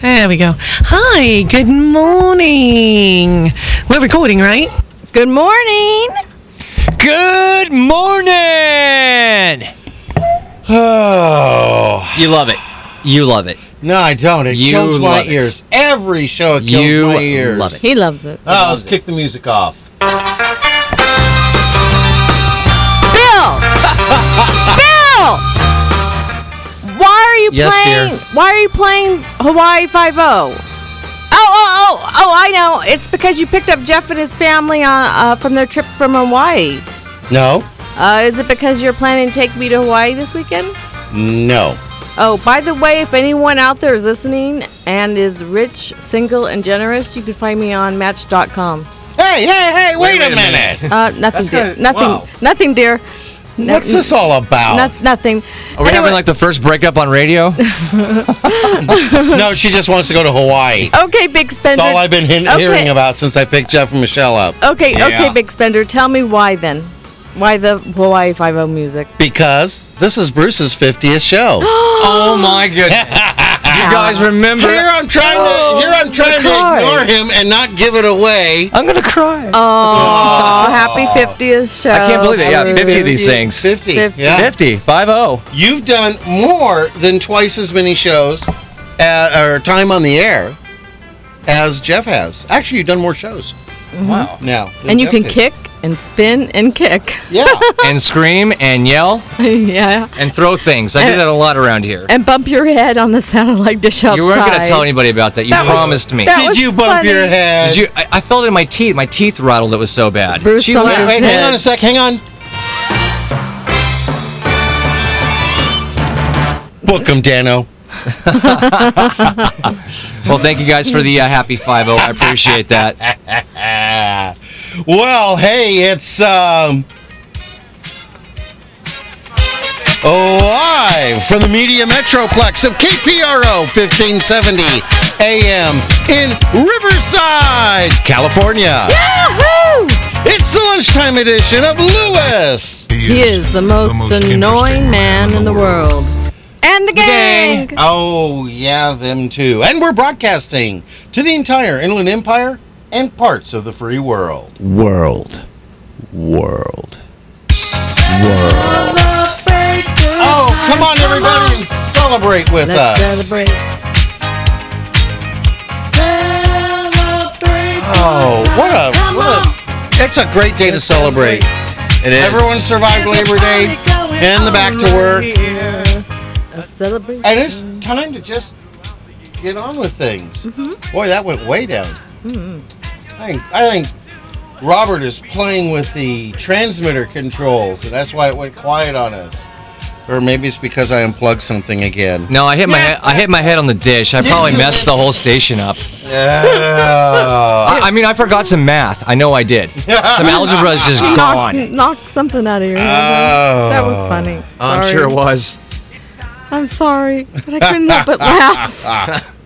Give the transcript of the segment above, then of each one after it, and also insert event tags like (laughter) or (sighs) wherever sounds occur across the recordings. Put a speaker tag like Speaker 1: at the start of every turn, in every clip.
Speaker 1: There we go. Hi, good morning. We're recording, right?
Speaker 2: Good morning.
Speaker 3: Good morning. Oh
Speaker 4: You love it. You love it.
Speaker 3: no, I don't. It
Speaker 4: You
Speaker 3: kills my
Speaker 4: love it.
Speaker 3: ears. Every show it kills
Speaker 4: You
Speaker 3: my ears.
Speaker 4: love it.
Speaker 2: He loves it.
Speaker 3: Oh, let's kick the music off. (laughs)
Speaker 2: Bill! Bill! Why are you
Speaker 4: Yes,
Speaker 2: playing
Speaker 4: dear.
Speaker 2: why are you playing Hawaii Five O? Oh, oh, oh, oh, I know. It's because you picked up Jeff and his family on, uh, from their trip from Hawaii.
Speaker 3: No,
Speaker 2: Uh, is it because you're planning to take me to Hawaii this weekend?
Speaker 3: no.
Speaker 2: Oh, by the way, if anyone out there is listening and is rich, single, and generous, you can find me on
Speaker 4: (laughs)
Speaker 2: Match.com.
Speaker 3: Hey, hey, hey! Wait,
Speaker 4: wait
Speaker 3: a
Speaker 4: a
Speaker 3: minute.
Speaker 2: Uh, nothing, dear.
Speaker 3: kinda-
Speaker 2: Nothing,
Speaker 3: wow.
Speaker 2: nothing, dear.
Speaker 3: What's this all about?
Speaker 2: No, nothing.
Speaker 4: Are we having like the first breakup on radio?
Speaker 3: no, she just wants to go to Hawaii.
Speaker 2: Okay, big
Speaker 3: That's
Speaker 2: spender.
Speaker 3: all I've been hin-
Speaker 2: Okay.
Speaker 3: hearing about since I picked Jeff and Michelle up.
Speaker 2: okay,
Speaker 4: Yeah.
Speaker 2: okay, big spender. Tell me why then? Why the Hawaii Five O music?
Speaker 3: Because this is Bruce's 50th
Speaker 4: (gasps)
Speaker 3: show.
Speaker 4: (laughs)
Speaker 3: Ah.
Speaker 4: oh my (laughs) goodness. you guys
Speaker 3: here
Speaker 4: remember? Oh
Speaker 3: I'm trying to here I'm trying to
Speaker 4: God.
Speaker 3: ignore him and not give it away.
Speaker 4: I'm gonna cry.
Speaker 2: Oh, happy fiftieth show!
Speaker 4: I can't believe it. Yeah, 50 of these
Speaker 2: Bruce.
Speaker 4: things. oh.
Speaker 3: 50.
Speaker 2: 50.
Speaker 3: Yeah.
Speaker 4: 50, 5
Speaker 3: You've done more than twice as many shows uh, or time on the air as Jeff has. Actually, you've done more shows
Speaker 4: Wow.
Speaker 3: now. than
Speaker 2: And you
Speaker 3: Jeff
Speaker 2: can
Speaker 3: did.
Speaker 2: kick and spin and kick. (laughs)
Speaker 3: Yeah.
Speaker 4: And scream and yell
Speaker 2: yeah,
Speaker 4: and throw things. I do that a lot around here.
Speaker 2: and bump your head on the satellite dish outside.
Speaker 4: You weren't gonna tell anybody about that. You
Speaker 2: That was-
Speaker 4: promised me.
Speaker 2: that-
Speaker 3: Did
Speaker 2: was
Speaker 3: you bump
Speaker 2: funny.
Speaker 3: your head?
Speaker 4: Did you, I, I felt it in my teeth. My teeth rattled. It was so bad.
Speaker 2: Bruce
Speaker 4: she
Speaker 2: don't
Speaker 4: laughed.
Speaker 3: wait,
Speaker 2: his
Speaker 3: wait, hang
Speaker 2: head.
Speaker 3: on a sec. Hang on. Book him, Dano.
Speaker 4: Well, thank you guys for the uh, happy 5 I appreciate
Speaker 3: (laughs)
Speaker 4: that.
Speaker 3: Well, hey, it's um live from the Media Metroplex of KPRO 1570 AM in Riverside, California.
Speaker 2: Yahoo!
Speaker 3: It's the lunchtime edition of Lewis.
Speaker 2: He is the most, annoying man in the world. And the gang.
Speaker 4: gang.
Speaker 3: Oh, yeah, them too. And we're broadcasting to the entire Inland Empire and parts of the free world.
Speaker 5: world. World.
Speaker 3: Oh, come on, everybody, and celebrate with us.
Speaker 2: Let's celebrate.
Speaker 3: Oh, what a what a! It's a great day to celebrate.
Speaker 4: It is.
Speaker 3: Everyone survived Labor Day and the back to work,
Speaker 2: Let's celebrate.
Speaker 3: and it's time to just get on with things.
Speaker 2: Mm-hmm.
Speaker 3: Boy, that went way down. I think I think Robert is playing with the transmitter controls, and that's why it went quiet on us. Or maybe it's because I unplugged something
Speaker 2: (laughs)
Speaker 3: again.
Speaker 4: No, I hit my head, I hit my head on the dish. I probably messed the whole station up.
Speaker 2: (laughs)
Speaker 3: Yeah.
Speaker 4: I, I mean, I forgot some math. I know I (laughs) did. Some algebra is just
Speaker 2: Knock,
Speaker 4: gone.
Speaker 2: knock something out of your head. that was
Speaker 4: Uh,
Speaker 3: Oh.
Speaker 2: funny.
Speaker 4: I'm
Speaker 2: Sorry.
Speaker 4: sure it was.
Speaker 2: I'm sorry, but I couldn't
Speaker 4: (laughs)
Speaker 2: help but laugh.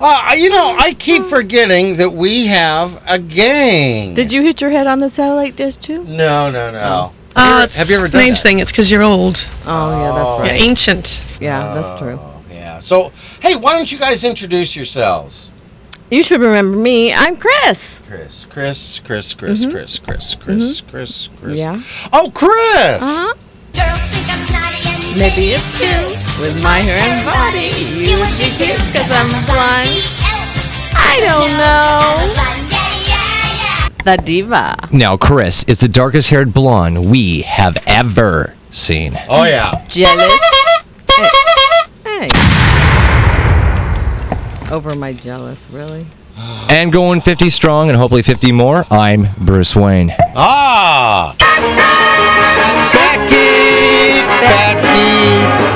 Speaker 3: Uh, you know, I keep forgetting that we have a gang.
Speaker 2: Did Oh. you hit your head on the satellite dish too?
Speaker 3: No, no, no.
Speaker 1: Uh,
Speaker 3: Have you ever- have you ever done
Speaker 1: strange
Speaker 3: that?
Speaker 1: thing. It's because you're old.
Speaker 2: Oh yeah, that's
Speaker 1: You're
Speaker 2: right.
Speaker 1: ancient.
Speaker 2: Yeah, that's true.
Speaker 3: Oh, yeah. So, hey, why don't you guys introduce yourselves?
Speaker 2: You should remember me. I'm Chris.
Speaker 3: Chris, Chris, Chris, Chris, Chris, Chris, Chris, Chris, Chris.
Speaker 2: Mm-hmm. Yeah.
Speaker 3: Oh, Chris!
Speaker 2: Uh-huh.
Speaker 6: Girls think I'm snotty and
Speaker 2: Maybe it's true. With my hair and body, you would be too, cause I'm blonde. I
Speaker 6: Oh.
Speaker 2: don't know. The diva.
Speaker 4: Now, Chris is the darkest haired blonde we have ever seen.
Speaker 3: Oh, yeah.
Speaker 2: Jealous. Hey. Over my jealous, really?
Speaker 4: And going 50 strong and hopefully 50 more, I'm Bruce Wayne.
Speaker 3: Ah! Becky! Becky!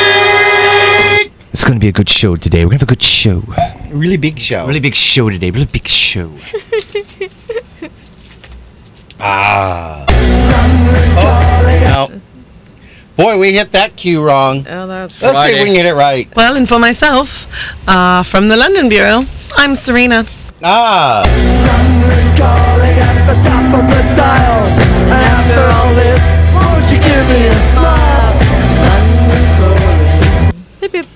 Speaker 3: Becky!
Speaker 4: It's going to be a good show today. We're going to have a good show.
Speaker 3: Really big show.
Speaker 4: Really big show today. Really big show.
Speaker 3: Ah. Oh, no. Boy, we hit that cue wrong.
Speaker 2: Oh, that's
Speaker 3: Let's see if we
Speaker 4: Friday.
Speaker 3: can get it right.
Speaker 1: Well, and for myself, uh, from the London Bureau, I'm Serena.
Speaker 3: Ah.
Speaker 2: after all this, won't you give me a smile?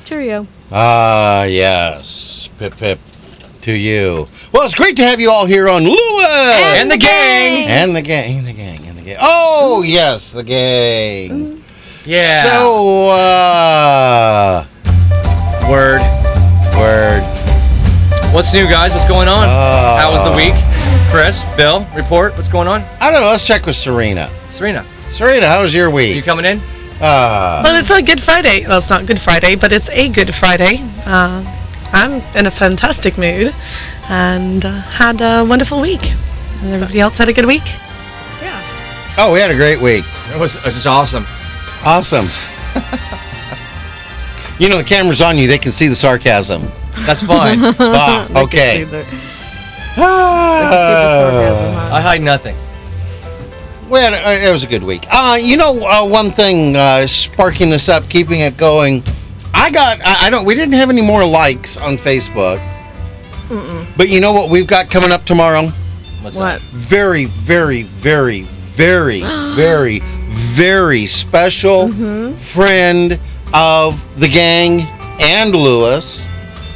Speaker 2: Cheerio.
Speaker 3: Ah, yes. Pip, pip to you. Well, it's great to have you all here on Lewis.
Speaker 4: And the gang.
Speaker 3: And the gang, and the gang, and the gang. Oh yes, the gang.
Speaker 4: Yeah.
Speaker 3: So uh
Speaker 4: word.
Speaker 3: word.
Speaker 4: What's new, guys? What's going on?
Speaker 3: Uh,
Speaker 4: How was the week? Chris, Bill, report. What's going on?
Speaker 3: I don't know, let's check with Serena.
Speaker 4: Serena,
Speaker 3: Serena, how was your
Speaker 4: you
Speaker 3: week?
Speaker 4: coming in?
Speaker 3: Uh
Speaker 1: Well, it's a Good Friday. Well, it's not Good Friday, but it's a Good Friday. Uh, I'm in a fantastic mood and uh, had a wonderful week. And everybody else had a good week.
Speaker 3: oh we had a great week.
Speaker 4: It was, it was awesome. (laughs)
Speaker 3: Awesome. you know the camera's on you, they can see
Speaker 4: (laughs)
Speaker 3: the sarcasm.
Speaker 4: That's fine.
Speaker 3: Ah,
Speaker 2: See
Speaker 3: okay.
Speaker 2: the- see the sarcasm,
Speaker 3: Ah.
Speaker 2: huh?
Speaker 4: I hide nothing.
Speaker 3: Well, uh, it was a good week. Uh, you know, uh, one thing uh, sparking this up, keeping it going. I got. I, I don't. We didn't have any more likes on Facebook. But you know what we've got coming up tomorrow?
Speaker 4: What's
Speaker 2: What?
Speaker 3: Very, very, very, very, very, very special friend of the gang and Lewis.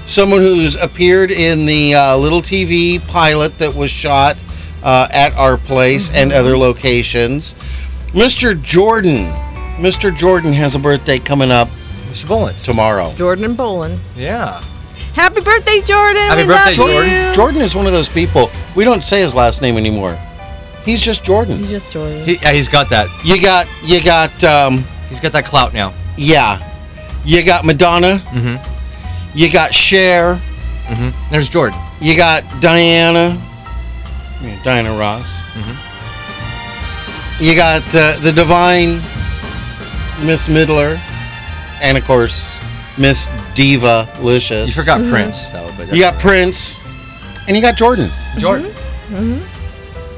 Speaker 3: Someone who's appeared in the uh, little TV pilot that was shot uh, at our place and other locations. Mr. Jordan. Mr. Jordan has a birthday coming up
Speaker 4: That? Mr. Bullen.
Speaker 3: tomorrow.
Speaker 2: Jordan and Bolin.
Speaker 4: Yeah.
Speaker 2: Happy birthday, Jordan.
Speaker 4: Happy
Speaker 2: we
Speaker 4: birthday,
Speaker 2: love
Speaker 4: Jordan.
Speaker 2: you.
Speaker 3: Jordan is one of those people. We don't say his last name anymore. He's just Jordan.
Speaker 2: He's just Jordan.
Speaker 4: He, yeah, he's got that.
Speaker 3: You got you got um
Speaker 4: He's got that clout now.
Speaker 3: yeah. You got Madonna,
Speaker 4: Mm-hmm.
Speaker 3: you got Cher,
Speaker 4: Mm-hmm. There's Jordan.
Speaker 3: you got Diana, I mean, Diana Ross.
Speaker 4: Mhm.
Speaker 3: You got the the divine Miss Middler and of course Miss Diva Licious.
Speaker 4: You forgot Prince, though. But
Speaker 3: You got Prince and you got Jordan.
Speaker 4: Jordan.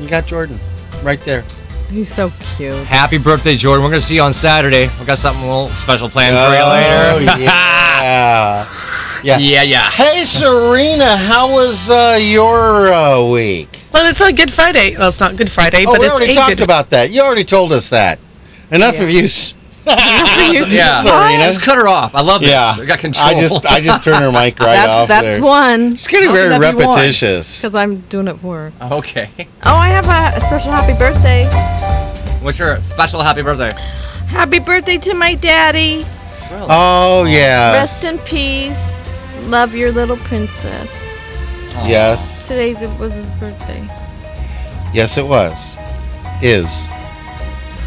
Speaker 3: You got Jordan right there.
Speaker 2: He's so cute.
Speaker 4: Happy birthday, Jordan. We're going to see you on Saturday. we got something a little special planned for you
Speaker 3: Oh,
Speaker 4: later.
Speaker 3: (laughs) yeah. yeah.
Speaker 4: yeah, yeah.
Speaker 3: Hey, Serena, how was uh, your uh, week?
Speaker 1: Well, it's a Good Friday. Well, it's not Good Friday,
Speaker 3: Oh,
Speaker 1: but
Speaker 3: we
Speaker 1: it's
Speaker 3: already
Speaker 1: a
Speaker 3: talked
Speaker 1: Good
Speaker 3: about that. You already told us that. Enough of you. s- (laughs)
Speaker 4: Yeah.
Speaker 3: Serena.
Speaker 4: Just cut her off. I love this.
Speaker 3: Yeah,
Speaker 4: I got control. (laughs)
Speaker 3: I just I just turned her mic right
Speaker 2: That-
Speaker 3: off
Speaker 2: that's
Speaker 3: there.
Speaker 2: one.
Speaker 3: It's getting
Speaker 4: How
Speaker 3: very
Speaker 4: can that be one?
Speaker 3: repetitious.
Speaker 2: Because I'm doing it for her.
Speaker 4: okay.
Speaker 2: Oh, I have a, a special happy birthday.
Speaker 4: What's your special happy birthday?
Speaker 2: Happy birthday to my daddy.
Speaker 3: Oh yeah.
Speaker 2: Rest in peace. Love your little princess.
Speaker 3: Yes.
Speaker 2: Today's it was his birthday.
Speaker 3: Yes, it was. Is.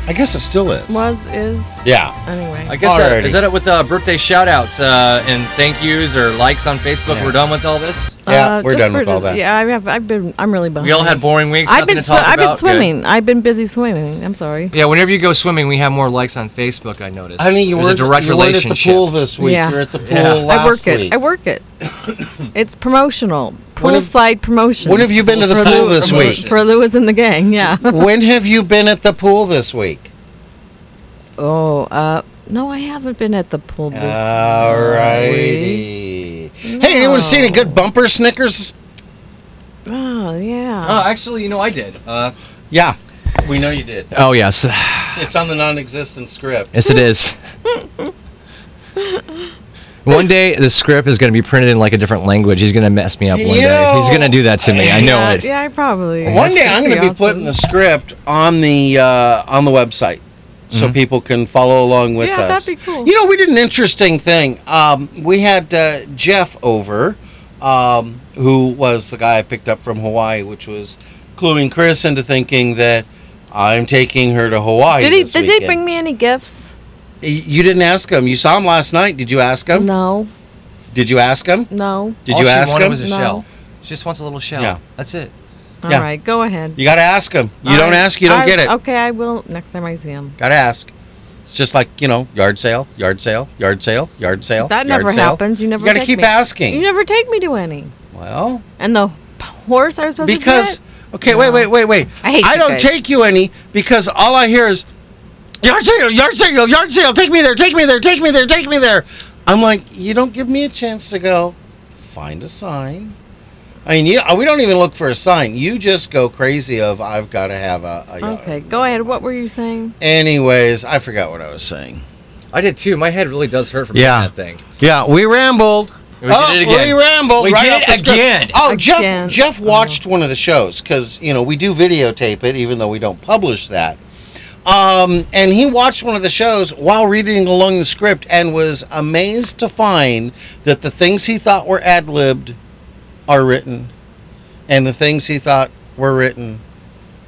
Speaker 3: I guess it still is.
Speaker 2: Was is
Speaker 3: Yeah.
Speaker 2: anyway.
Speaker 4: I guess that,
Speaker 3: Alrighty.
Speaker 4: is that it with uh, birthday shout outs uh, and thank yous or likes on Facebook?
Speaker 3: Yeah.
Speaker 4: We're done with all this.
Speaker 3: Yeah, we're
Speaker 2: Uh, just
Speaker 3: done
Speaker 2: for
Speaker 3: with all
Speaker 2: the-
Speaker 3: that.
Speaker 2: Yeah, I have. I've been. I'm really behind.
Speaker 4: We all had boring weeks.
Speaker 2: I've been.
Speaker 4: nothing to
Speaker 2: Sw-
Speaker 4: talk
Speaker 2: I've been
Speaker 4: about. Good.
Speaker 2: swimming. I've been busy swimming. I'm sorry.
Speaker 4: Yeah, whenever you go swimming, we have more likes on Facebook. I noticed.
Speaker 3: Honey, you
Speaker 4: There's
Speaker 3: were
Speaker 4: a direct
Speaker 3: you weren't at the
Speaker 4: relationship.
Speaker 3: pool this week.
Speaker 2: Yeah.
Speaker 3: You're at the pool
Speaker 4: Yeah. I
Speaker 3: last
Speaker 2: I work
Speaker 3: week.
Speaker 2: it. I
Speaker 3: (coughs)
Speaker 2: work it. it's promotional.
Speaker 3: When have-
Speaker 2: Poolside promotion.
Speaker 3: When have you been to the
Speaker 4: For
Speaker 3: pool
Speaker 4: Lou-
Speaker 3: this
Speaker 4: for
Speaker 3: week?
Speaker 2: For Lewis and the gang.
Speaker 3: (laughs)
Speaker 2: Yeah.
Speaker 3: when have you been at the pool this week?
Speaker 2: oh. Uh. No, I haven't been at the pool this week.
Speaker 3: Alrighty. Hey, anyone see any good bumper Snickers?
Speaker 2: Oh yeah.
Speaker 4: Oh, actually, you know, I did. Uh,
Speaker 3: Yeah. We know you did.
Speaker 5: Oh, yes.
Speaker 3: It's on the non existent script.
Speaker 5: Yes, it is.
Speaker 4: one day, the script is going to be printed in like a different language. He's going to mess me up one day. He's
Speaker 3: Yo.
Speaker 4: going to do that to me. I know
Speaker 2: yeah,
Speaker 4: it.
Speaker 2: Yeah, I probably.
Speaker 3: One day
Speaker 2: That's
Speaker 3: I'm going to
Speaker 2: pretty
Speaker 3: be putting the
Speaker 2: awesome.
Speaker 3: script on the uh, on the website so people can follow along with
Speaker 2: Mm-hmm. Yeah,
Speaker 3: us.
Speaker 2: that'd be cool.
Speaker 3: You know, we did an interesting thing. Um, we had uh, Jeff over, um, who was the guy I picked up from Hawaii, which was cluing Chris into thinking that I'm taking her to Hawaii.
Speaker 2: Did he?
Speaker 3: this
Speaker 2: Did they
Speaker 3: weekend.
Speaker 2: bring me any gifts?
Speaker 3: Y- You didn't ask him. You saw him last night. Did you ask him?
Speaker 2: No.
Speaker 3: Did you ask him?
Speaker 2: No.
Speaker 3: Did
Speaker 4: All
Speaker 3: you
Speaker 4: she
Speaker 3: ask
Speaker 4: wanted
Speaker 3: him?
Speaker 4: was a
Speaker 2: No.
Speaker 4: shell. She just wants a little shell.
Speaker 3: Yeah.
Speaker 4: That's it.
Speaker 2: All right,
Speaker 3: Yeah.
Speaker 2: Go ahead.
Speaker 3: you got to ask him. You don't
Speaker 2: Alright.
Speaker 3: ask, you don't
Speaker 2: I-
Speaker 3: get it.
Speaker 2: Okay, I will next time I see him.
Speaker 3: Got to ask. It's just like you know, yard sale, yard sale, yard sale, yard sale.
Speaker 2: That
Speaker 3: yard
Speaker 2: never
Speaker 3: sale.
Speaker 2: happens. You never.
Speaker 3: You got to
Speaker 2: take
Speaker 3: keep
Speaker 2: me.
Speaker 3: asking.
Speaker 2: You never take me to any.
Speaker 3: well,
Speaker 2: And the p- horse I was supposed
Speaker 3: because
Speaker 2: to
Speaker 3: okay, wait, wait, wait, wait.
Speaker 2: I hate you
Speaker 3: don't
Speaker 2: guys.
Speaker 3: take you any because all I hear is yard sale, yard sale, yard sale. Take me there, take me there, take me there, take me there. I'm like, you don't give me a chance to go. Find a sign. I mean, you, we don't even look for a sign. You just go crazy of I've got to have a. a
Speaker 2: do it. Okay, go ahead. What were you saying?
Speaker 3: Anyways, I forgot what I was saying.
Speaker 7: I did too. My head really does hurt from
Speaker 3: Yeah. Oh,
Speaker 7: that thing.
Speaker 3: Yeah, we rambled.
Speaker 7: We did it again.
Speaker 3: We rambled.
Speaker 7: We
Speaker 3: right
Speaker 7: did
Speaker 3: off the
Speaker 7: it
Speaker 3: script.
Speaker 7: again.
Speaker 3: Oh,
Speaker 2: Again.
Speaker 3: Jeff. Jeff watched one of the shows because you know we do videotape it, even though we don't publish that. Um, and he watched one of the shows while reading along the script and was amazed to find that the things he thought were ad libbed are written, and the things he thought were written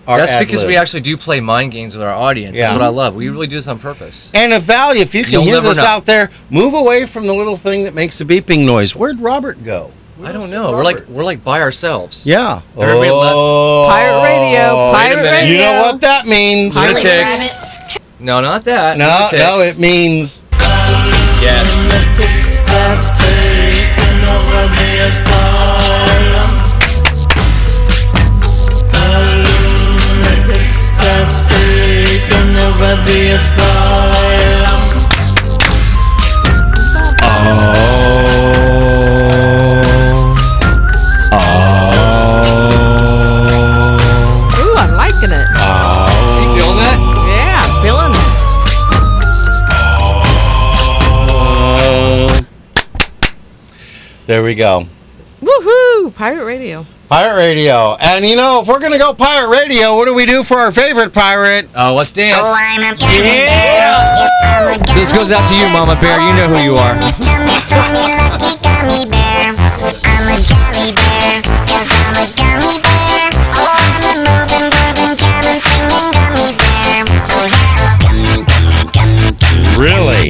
Speaker 3: are
Speaker 7: That's because we
Speaker 3: ad-libbed.
Speaker 7: actually do play mind games with our audience.
Speaker 3: Yeah.
Speaker 7: That's what I love. We really do this on purpose.
Speaker 3: And if Val, if you can
Speaker 7: You'll
Speaker 3: hear
Speaker 7: never
Speaker 3: this
Speaker 7: know.
Speaker 3: out there, move away from the little thing that makes the beeping noise. Where'd Robert go?
Speaker 7: I don't know. We're like we're like by ourselves.
Speaker 3: Yeah.
Speaker 7: Everybody left.
Speaker 2: Pirate radio. Pirate
Speaker 7: minute.
Speaker 2: radio.
Speaker 3: You know what that means?
Speaker 7: Pirate-
Speaker 6: Like
Speaker 7: Chicks.
Speaker 6: rabbit.
Speaker 7: No, not that.
Speaker 3: No,
Speaker 7: Not the
Speaker 3: no,
Speaker 7: chicks.
Speaker 3: it means
Speaker 7: Yes.
Speaker 2: Ooh, I'm liking it.
Speaker 7: You feel that?
Speaker 2: Yeah, I'm feeling it.
Speaker 3: there we go.
Speaker 2: Woohoo! Pirate radio.
Speaker 3: Pirate radio. And you know, if we're gonna go pirate radio, what do we do for our favorite pirate?
Speaker 4: Uh,
Speaker 7: Oh, let's dance.
Speaker 6: Oh, I'm a pirate. Yes, I'm a
Speaker 4: This goes out to you, Mama Bear. You know who you are.
Speaker 6: Yummy, yummy, yummy, lucky gummy bear. I'm a jolly bear, yes, I'm a gummy bear. Oh, I'm a moving, grooving, jamming, singing gummy bear. Oh, yeah, gummy, gummy, gummy, gummy,
Speaker 3: Really?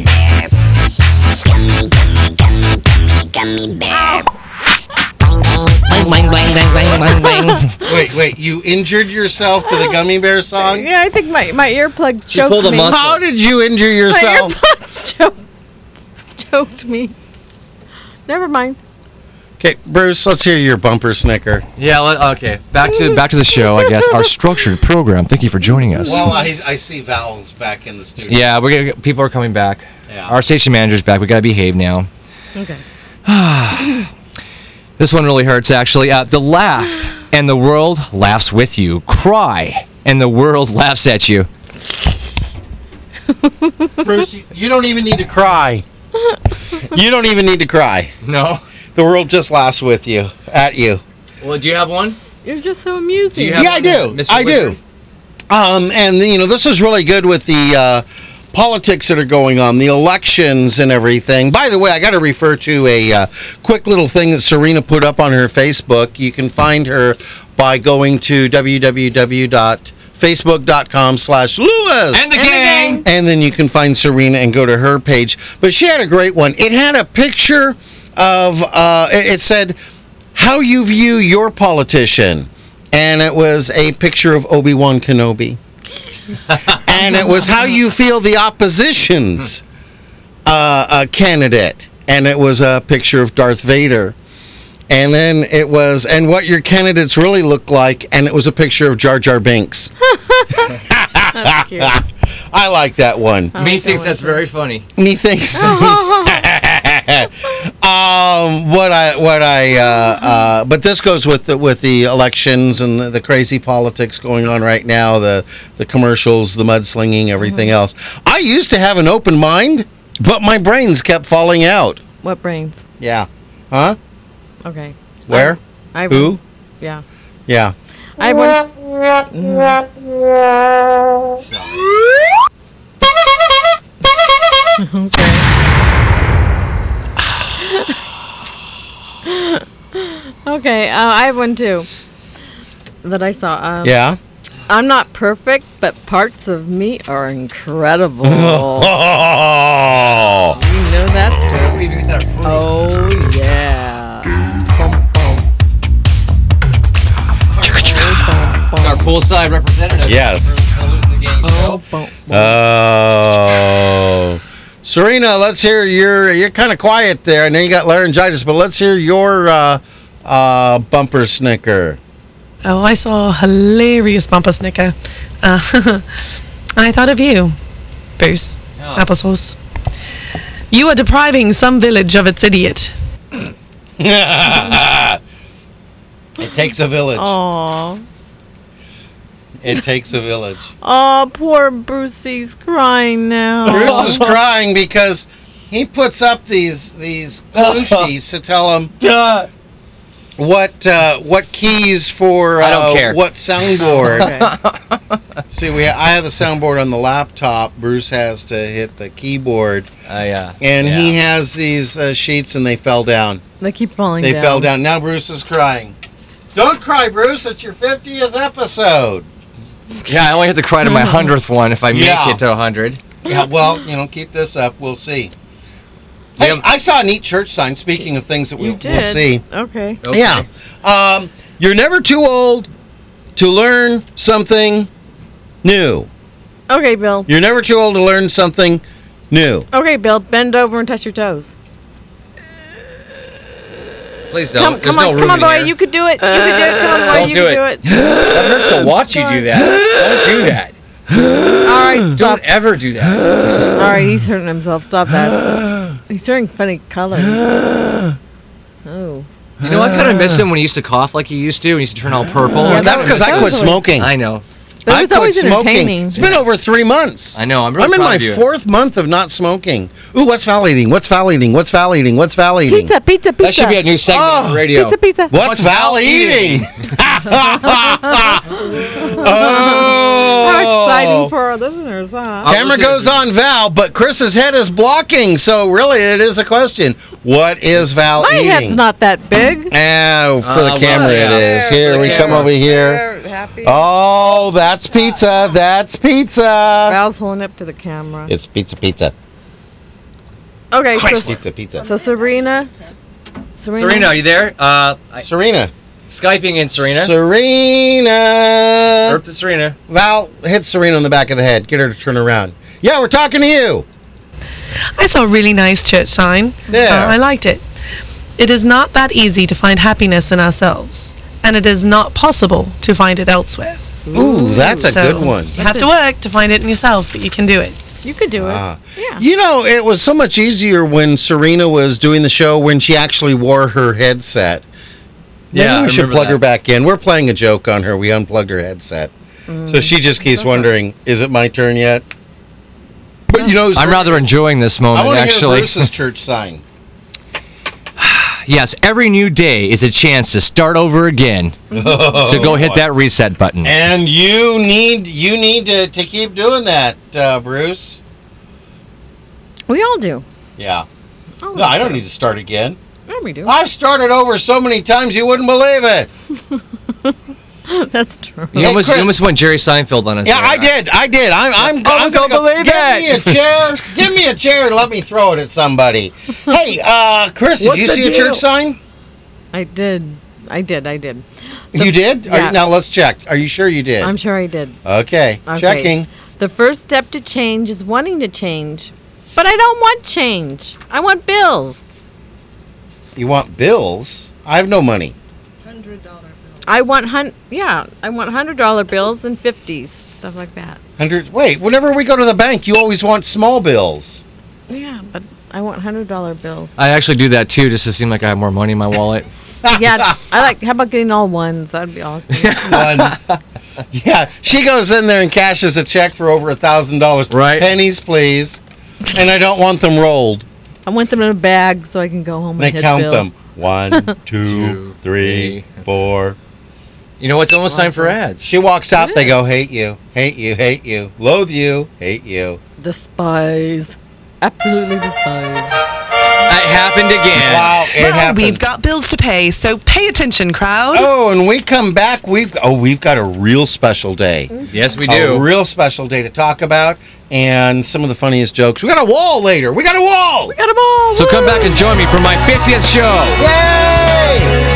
Speaker 6: gummy, gummy, gummy, gummy, gummy bear. Bang, bang, bang, bang, bang, bang, bang, bang.
Speaker 3: Wait, wait, you injured yourself
Speaker 2: (laughs)
Speaker 3: to the gummy bear song?
Speaker 2: Yeah, I think my, my earplugs
Speaker 7: Um, She
Speaker 2: choked
Speaker 7: pulled a
Speaker 2: me.
Speaker 7: muscle.
Speaker 3: How did you injure
Speaker 2: (laughs) My
Speaker 3: yourself?
Speaker 2: earplugs (laughs) choked, choked me. Never mind.
Speaker 3: Okay, Bruce, let's hear your bumper snicker.
Speaker 7: Yeah. Let, okay.
Speaker 4: Back to back to the show, I guess. Our structured program. Thank you for joining us.
Speaker 3: Well, uh, I, I see Val's back in the studio.
Speaker 4: Yeah, we're gonna, people are coming back.
Speaker 3: Yeah.
Speaker 4: Our station manager's back. We gotta behave now.
Speaker 2: Okay.
Speaker 4: This one really hurts, actually. Uh, the laugh and the world laughs with you. Cry and the world laughs at you.
Speaker 3: Bruce,
Speaker 7: (laughs)
Speaker 3: you- you don't even need to cry. You don't even need to cry.
Speaker 7: No.
Speaker 3: The world just laughs with you, at you.
Speaker 7: Well, do you have one?
Speaker 2: You're just so amusing.
Speaker 7: Do you have-
Speaker 3: yeah, I do.
Speaker 7: Mr.
Speaker 3: I
Speaker 7: Wizard?
Speaker 3: do. Um, and you know, this is really good with the uh, politics that are going on, the elections and everything. By the way, I got to refer to a uh, quick little thing that Serena put up on her Facebook. You can find her by going to www.facebook.com slash Lewis.
Speaker 7: And the gang.
Speaker 3: And then you can find Serena and go to her page. But she had a great one. It had a picture of, uh, it it said, How You View Your Politician. And it was a picture of Obi Wan Kenobi. and it was How You Feel the Opposition's uh, uh, Candidate. And it was a picture of Darth Vader. And then it was, and what your candidates really look like. And it was a picture of Jar Jar Binks.
Speaker 2: That's cute.
Speaker 3: I like that one.
Speaker 7: Me
Speaker 2: like that
Speaker 7: thinks
Speaker 2: one,
Speaker 7: that's
Speaker 2: too.
Speaker 7: very funny.
Speaker 3: (laughs) Methinks. um, what I what I uh, uh, but this goes with the with the elections and the, the crazy politics going on right now, the the commercials, the mudslinging, everything else. I used to have an open mind, but my brains kept falling out.
Speaker 2: What brains?
Speaker 3: Yeah. Huh?
Speaker 2: Okay.
Speaker 3: Where?
Speaker 2: I
Speaker 3: Who?
Speaker 2: Yeah.
Speaker 3: Yeah.
Speaker 2: I (laughs) once. Okay. okay. Uh, I have one too that I saw. Um,
Speaker 3: (laughs) Yeah.
Speaker 2: I'm not perfect, but parts of me are incredible.
Speaker 3: (laughs)
Speaker 2: you know
Speaker 3: Oh.
Speaker 2: that's true. Oh yeah.
Speaker 7: Our poolside representative.
Speaker 3: Yes.
Speaker 2: Oh, boom.
Speaker 3: Oh. Serena, let's hear your. You're kind of quiet there. I know you got laryngitis, but let's hear your uh, uh, bumper snicker.
Speaker 1: Oh, I saw a hilarious bumper snicker. Uh, (laughs) I thought of you, Bruce. Applesauce. You are depriving some village of its idiot.
Speaker 2: Oh.
Speaker 3: it takes a village.
Speaker 2: Aw.
Speaker 3: It takes a village.
Speaker 2: Oh, poor Brucey's crying now.
Speaker 3: Bruce (laughs) is crying because he puts up these these (laughs) cloches to tell him
Speaker 4: Duh.
Speaker 3: what uh, what keys for uh,
Speaker 4: I don't care.
Speaker 3: what (laughs) soundboard.
Speaker 2: Okay.
Speaker 3: See, we I have the soundboard on the laptop. Bruce has to hit the keyboard,
Speaker 4: I, uh,
Speaker 3: and
Speaker 4: yeah.
Speaker 3: he has these uh, sheets, and they fell down.
Speaker 2: They keep falling
Speaker 3: They
Speaker 2: down.
Speaker 3: fell down. Now Bruce is crying. Don't cry, Bruce. It's your 50th episode.
Speaker 4: Yeah, I only have to cry to my hundredth one if I make
Speaker 3: Mm-hmm. Yeah.
Speaker 4: it to a hundred.
Speaker 3: Yeah, well, you know, keep this up. We'll see. Hey,
Speaker 4: Yeah.
Speaker 3: I saw a neat church sign. Speaking of things that we,
Speaker 2: You
Speaker 3: will
Speaker 2: did.
Speaker 3: see.
Speaker 2: Okay.
Speaker 7: Okay.
Speaker 3: Yeah. Um, you're never too old to learn something new.
Speaker 2: Okay, Bill.
Speaker 3: You're never too old to learn something new.
Speaker 2: Okay, Bill. Bend over and touch your toes.
Speaker 7: Please don't.
Speaker 2: come, come
Speaker 7: There's no
Speaker 2: on,
Speaker 7: room
Speaker 2: come on,
Speaker 7: in
Speaker 2: boy.
Speaker 7: here.
Speaker 2: You could do it. You could do it. Come on, boy.
Speaker 7: Don't
Speaker 2: you
Speaker 7: do
Speaker 2: could
Speaker 7: it.
Speaker 2: do it.
Speaker 7: That hurts to watch you do that. Don't do that.
Speaker 2: All
Speaker 7: (laughs)
Speaker 2: right, stop.
Speaker 7: Don't ever do that.
Speaker 2: All right, he's hurting himself. Stop that. He's turning funny
Speaker 7: (sighs)
Speaker 2: colors. Oh.
Speaker 4: You know, I kind of miss him when he used to cough like he used to, and he used to turn all purple.
Speaker 2: Yeah,
Speaker 3: That's because I
Speaker 2: that
Speaker 3: quit
Speaker 2: was always-
Speaker 3: smoking.
Speaker 4: I know.
Speaker 2: That
Speaker 3: I
Speaker 2: was
Speaker 3: quit
Speaker 2: always
Speaker 3: smoking.
Speaker 2: entertaining.
Speaker 3: It's been over three months.
Speaker 4: I know. I'm really
Speaker 3: I'm in
Speaker 4: proud
Speaker 3: my
Speaker 4: of you.
Speaker 3: fourth month of not smoking. Ooh, what's validating? What's validating? What's validating? What's validating?
Speaker 2: Pizza, pizza, pizza.
Speaker 4: That should be a new segment on the radio.
Speaker 2: Oh, Pizza, pizza.
Speaker 3: What's, Val (laughs) eating? oh,
Speaker 2: How exciting for our listeners, huh?
Speaker 3: Camera goes on Val, but Chris's head is blocking, so really it is a question. What is Val
Speaker 2: My
Speaker 3: eating?
Speaker 2: head's not that big.
Speaker 3: Oh, for
Speaker 7: Uh,
Speaker 3: the
Speaker 7: well,
Speaker 3: camera
Speaker 7: yeah.
Speaker 3: it is. Here,
Speaker 7: For
Speaker 3: we
Speaker 7: the
Speaker 3: come
Speaker 7: camera.
Speaker 3: over here.
Speaker 2: Happy.
Speaker 3: Oh, that's pizza. That's pizza.
Speaker 2: Val's holding up to the camera.
Speaker 3: It's pizza, pizza.
Speaker 2: Okay, so,
Speaker 3: Pizza, pizza.
Speaker 2: so Serena, Serena.
Speaker 7: Serena, are you there? Uh, I,
Speaker 3: Serena.
Speaker 7: Skyping in Serena. Er-
Speaker 3: Serena.
Speaker 7: Herb to Serena.
Speaker 3: Val, hit Serena on the back of the head. Get her to turn around. Yeah, we're talking to you.
Speaker 1: I saw a really nice church sign.
Speaker 3: Yeah.
Speaker 1: Uh, I liked it. It is not that easy to find happiness in ourselves, and it is not possible to find it elsewhere.
Speaker 3: Ooh, that's a
Speaker 1: So,
Speaker 3: good one.
Speaker 1: You have to work to find it in yourself, but you can do it.
Speaker 2: You could do it.
Speaker 3: Ah.
Speaker 7: uh,
Speaker 2: yeah.
Speaker 3: You know, it was so much easier when Serena was doing the show when she actually wore her headset. Maybe
Speaker 7: Yeah, I
Speaker 3: we should
Speaker 7: remember
Speaker 3: plug her
Speaker 7: that.
Speaker 3: back in. We're playing a joke on her. We unplugged her headset, so she just keeps wondering, "Is it my turn yet?" But you know,
Speaker 4: I'm rather enjoying this
Speaker 3: I
Speaker 4: moment,
Speaker 3: want to hear
Speaker 4: actually.
Speaker 3: Bruce's church sign.
Speaker 4: Yes, every new day is a chance to start over
Speaker 3: (laughs)
Speaker 4: again. so go hit that reset button.
Speaker 3: And you need you need to, to keep doing that, uh, Bruce.
Speaker 2: We all do.
Speaker 3: Yeah.
Speaker 2: All
Speaker 3: No, I don't need to start again.
Speaker 2: No, we
Speaker 7: Ah.
Speaker 2: do.
Speaker 3: I've started over so many times you wouldn't believe it.
Speaker 2: (laughs) That's true.
Speaker 4: You
Speaker 3: Hey,
Speaker 4: almost, you
Speaker 3: Chris.
Speaker 4: almost went Jerry Seinfeld on us.
Speaker 3: Yeah,
Speaker 4: there.
Speaker 3: I did. I did. I'm. I'm.
Speaker 4: I
Speaker 3: I'm
Speaker 4: don't
Speaker 3: gonna go-
Speaker 4: believe it.
Speaker 3: Give me a chair. Give me a chair and let me throw it
Speaker 4: (laughs)
Speaker 3: at somebody. Hey, uh, Chris, did
Speaker 4: What's
Speaker 3: you
Speaker 4: the
Speaker 3: see a
Speaker 4: deal?
Speaker 3: church sign?
Speaker 2: I did. I did. I did.
Speaker 3: you did. Are you-
Speaker 2: yeah.
Speaker 3: now let's check. Are you sure you did?
Speaker 2: I'm sure I did.
Speaker 3: okay.
Speaker 2: Okay.
Speaker 3: Checking.
Speaker 2: The first step to change is wanting to change. But I don't want change. I want bills.
Speaker 3: You want bills? I have no money.
Speaker 2: I want hun yeah, I want hundred dollar bills and fifties. Stuff like that.
Speaker 3: Hundred. Wait. Whenever we go to the bank, you always want small bills.
Speaker 2: Yeah, but I want hundred
Speaker 3: (laughs)
Speaker 2: dollar bills.
Speaker 4: I actually do that too, just to seem like I have more money in my wallet.
Speaker 2: yeah, I like how about getting all ones? That'd be awesome.
Speaker 4: (laughs)
Speaker 3: Ones. yeah. She goes in there and cashes a check for over a thousand dollars.
Speaker 4: Right.
Speaker 3: Pennies, please. And I don't want them rolled.
Speaker 2: I want them in a bag so I can go home
Speaker 3: They
Speaker 2: and hit
Speaker 3: count
Speaker 2: Bill.
Speaker 3: them.
Speaker 2: (laughs)
Speaker 3: One, two,
Speaker 4: Two,
Speaker 3: three,
Speaker 4: three.
Speaker 3: four.
Speaker 4: You know, it's almost time for ads.
Speaker 3: She walks out. They go, hate you, hate you, hate you, loathe you, hate you.
Speaker 2: Despise. Absolutely despise.
Speaker 4: That happened again.
Speaker 3: Wow, it
Speaker 1: well,
Speaker 3: happened.
Speaker 1: we've got bills to pay, so pay attention, crowd.
Speaker 3: oh, and we come back. We've oh, we've got a real special day.
Speaker 4: Yes, we
Speaker 3: A
Speaker 4: do.
Speaker 3: real special day to talk about, and some of the funniest jokes. We got a wall later. We got a wall.
Speaker 2: Got them all.
Speaker 4: so come back and join me for my 50th show.
Speaker 3: Yay!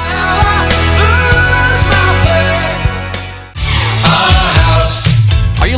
Speaker 4: Are you